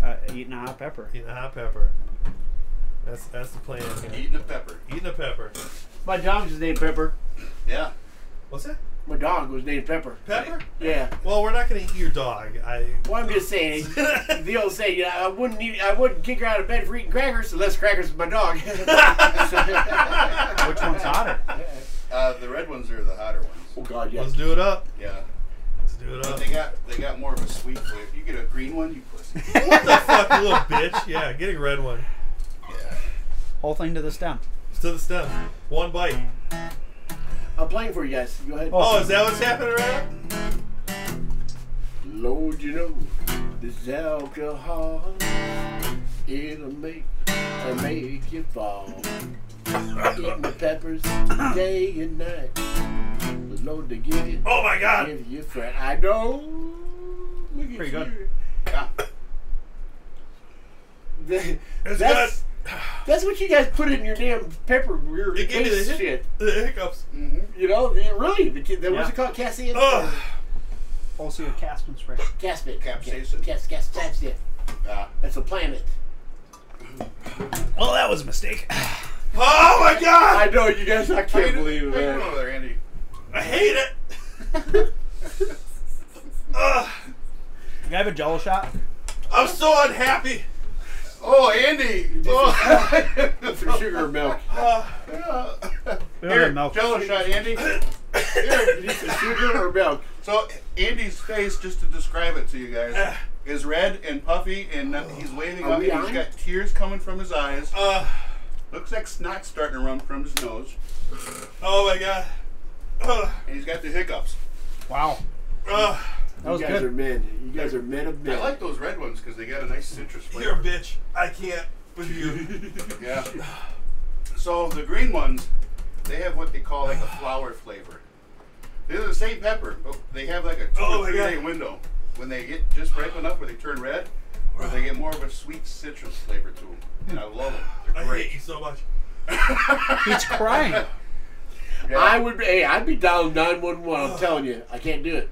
Uh, eating a hot pepper.
Eating a hot pepper. That's that's the plan. Here.
Eating a pepper.
Eating a pepper.
My dog was named Pepper.
Yeah.
What's that?
My dog was named Pepper.
Pepper?
Yeah.
Well, we're not gonna eat your dog. I.
Well, I'm just saying, the old saying, you know, I wouldn't eat, I wouldn't kick her out of bed for eating crackers unless crackers was my dog.
Which one's hotter?
Uh, the red ones are the hotter ones.
oh God, yeah.
Let's do it up.
Yeah.
Let's do it
But
up.
they got they got more of a sweet flavor. You get a green one, you pussy.
What the fuck, you little bitch? Yeah, get a red one.
Whole thing to the stem.
It's to the stem. One bite.
I'm playing for you guys. Go ahead.
Oh, is that what's happening around?
Lord, you know, this alcohol, it'll make, it'll make you fall. Eat my peppers day and night. Lord, to give you,
Oh my god.
give you friend. I know. Look at
Pretty
you. Ah.
good.
Yeah.
That's,
It's
that's what you guys put in your damn pepper rear
It gave me the,
base
hic-
shit.
the hiccups.
You know, it really, the kid, that was
Yeah.
it called Cassian?
Ugh.
Also, your Caspian spray.
Caspian.
Capsaicin.
Cas, cas, Caspian.
Ah.
That's a planet.
Well, that was a mistake.
Oh my god.
I know, you guys, I
How you
can't
do-
believe it,
how you doing
man.
over there, Andy?
I hate it. Ugh.
Can I have a jello shot?
I'm so unhappy.
Oh, Andy! Oh.
For sugar or milk.
Ugh.
Here,
milk.
Jello shot, Andy.
Here, you need some sugar or milk.
So Andy's face, just to describe it to you guys,
Ah.
is red and puffy, and he's waving
Oh.
Are
up.
we
And he's
on?
got tears coming from his eyes.
Ugh.
Looks like snot's starting to run from his nose,
Oh my god. Ugh.
and he's got the hiccups.
Wow.
Ugh.
That was
you guys
good.
are men. You guys are men of men.
I like those red ones because they got a nice citrus
You're a
flavor.
bitch. I can't with you.
Yeah. So the green ones, they have what they call like a flower flavor. They're the same pepper, but they have like a two
Oh my
or three
God.
day window when they get just ripe enough where they turn red, where they get more of a sweet citrus flavor to them. And I love them.
I
They're
hate you
great.
so much.
He's crying.
Yeah.
I would. Hey, I'd be dialing nine one one. I'm telling you, I can't do it.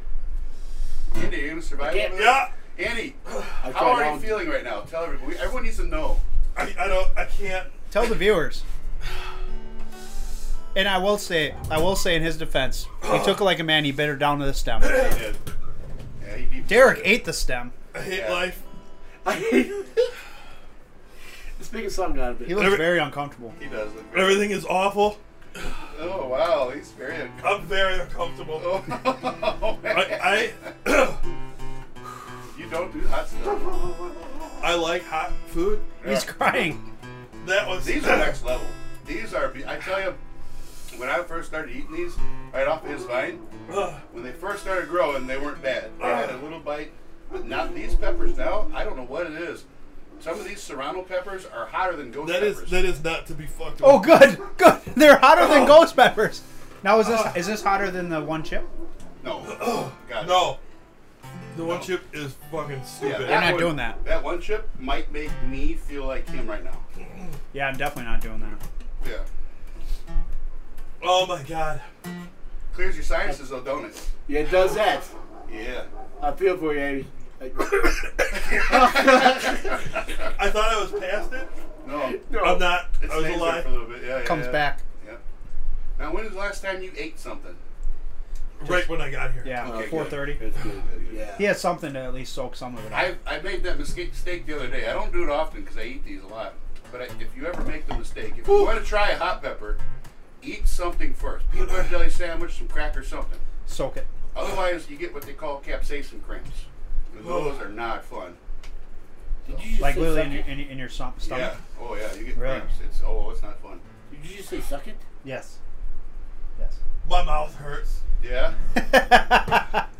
Andy, you gonna survive?
can't-
all that?
Yeah.
Andy,
I
how
tried
are
all-
you feeling right now? Tell everybody. Everyone needs to know.
I, I don't. I can't.
Tell the viewers. And I will say, I will say in his defense, he took it like a man. He bit her down to the stem.
Yeah, he deep-
Derek ate the stem.
I hate
Yeah.
life.
Speaking something out of
He
it.
looked
Every-
very uncomfortable.
He does look very-
Everything is awful.
Oh wow, he's very. uncomfortable.
I'm very uncomfortable.
Oh,
I I,
you don't do hot stuff.
I like hot food.
He's
Yeah.
crying.
That was
These are next level. These are. be- I tell you, when I first started eating these, right off his vine,
Ugh.
when they first started growing, they weren't bad. I had
Uh.
a little bite, but not these peppers now. I don't know what it is. Some of these serrano peppers are hotter than ghost
That is
peppers.
that is not to be fucked with.
Oh, good, good. They're hotter than ghost peppers. Now is this is this hotter than the one chip?
no, God,
No. The one chip is fucking
Yeah,
stupid.
that
not
one-
doing that.
That one chip might make me feel like him right now.
Yeah, I'm definitely not doing that.
Yeah,
Oh my god.
clears your sinuses though, don't it?
Yeah, it does that.
Yeah.
I feel for you, Amy. I-
I thought I was past it.
No,
no,
I'm not.
It
I was
stays there
alive.
for a little bit. Yeah, yeah,
Comes
yeah.
back.
Yeah. Now, when was the last time you ate something?
Right when I got here.
Yeah,
Okay, good.
4:30.
That's good. Yeah.
He had something to at least soak some of it. Up.
I, I made that mistake mistake the other day. I don't do it often because I eat these a lot. But I, if you ever make the mistake, if you want to try a hot pepper, eat something first. Peanut butter jelly sandwich, some crackers, something.
Soak it.
Otherwise, you get what they call capsaicin cramps. And those are not fun.
Did you just
Like
say
literally in
suck
your,
it?
in your, in your som- stomach?
Yeah. Oh, yeah. You get
Really?
cramps. It's Oh, it's not fun.
Did you just say suck it?
Yes. Yes.
My mouth hurts.
Yeah.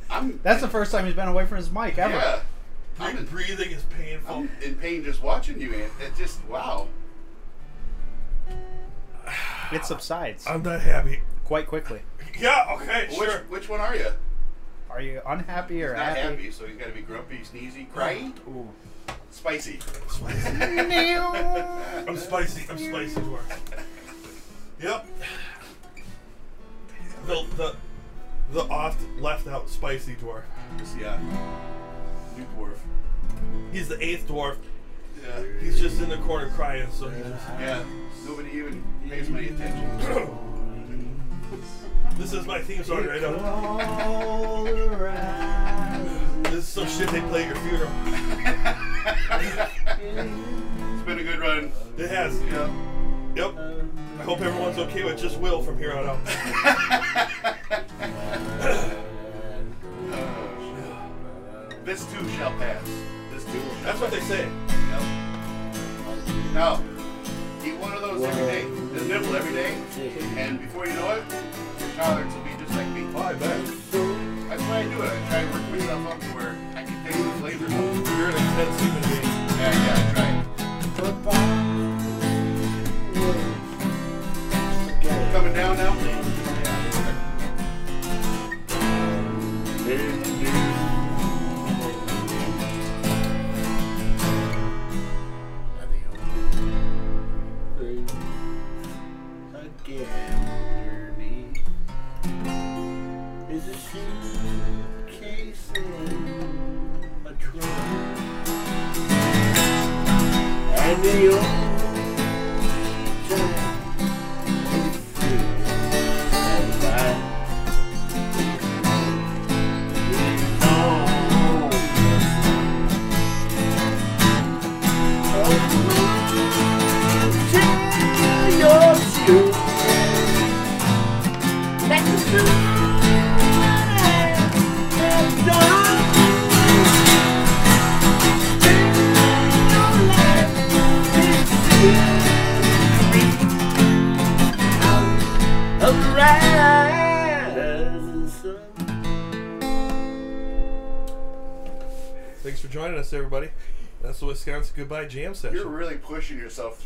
I'm,
That's the first time he's been away from his mic ever.
yeah. I'm
Your
in,
breathing is painful.
I'm in pain just watching you, man. It just, wow.
It subsides
I'm not happy.
quite quickly.
Yeah. Okay.
Which,
Sure.
which one are you?
Are you unhappy or
Not
happy?
happy, so he's got to be grumpy, sneezy, crying,
Ooh.
spicy.
I'm spicy. I'm spicy dwarf. Yep. The the the oft left out spicy dwarf.
Yeah. New dwarf.
He's the eighth dwarf.
Yeah.
He's just in the corner crying, so he just
Yeah. Nobody even pays me attention.
This is my theme song right Um, now. This is some shit they play at your funeral.
It's been a good run.
It has.
Yeah.
Yep. I hope everyone's okay with just Will from here on out.
This too shall pass. This too shall
That's what they say.
pass. Now, eat one of those every day. Just nibble every day. And before you know it, your tolerance will be just like me.
Oh, I bet.
That's why I do it. I try to work myself up to where I can taste the flavor.
You're an intense human being.
Yeah, yeah, I try. Coming down now?
Again, underneath is a suitcase and a drum, and the old time we flew and back. It's all
joining us, everybody. That's the Wisconsin Goodbye Jam Session.
You're really pushing yourself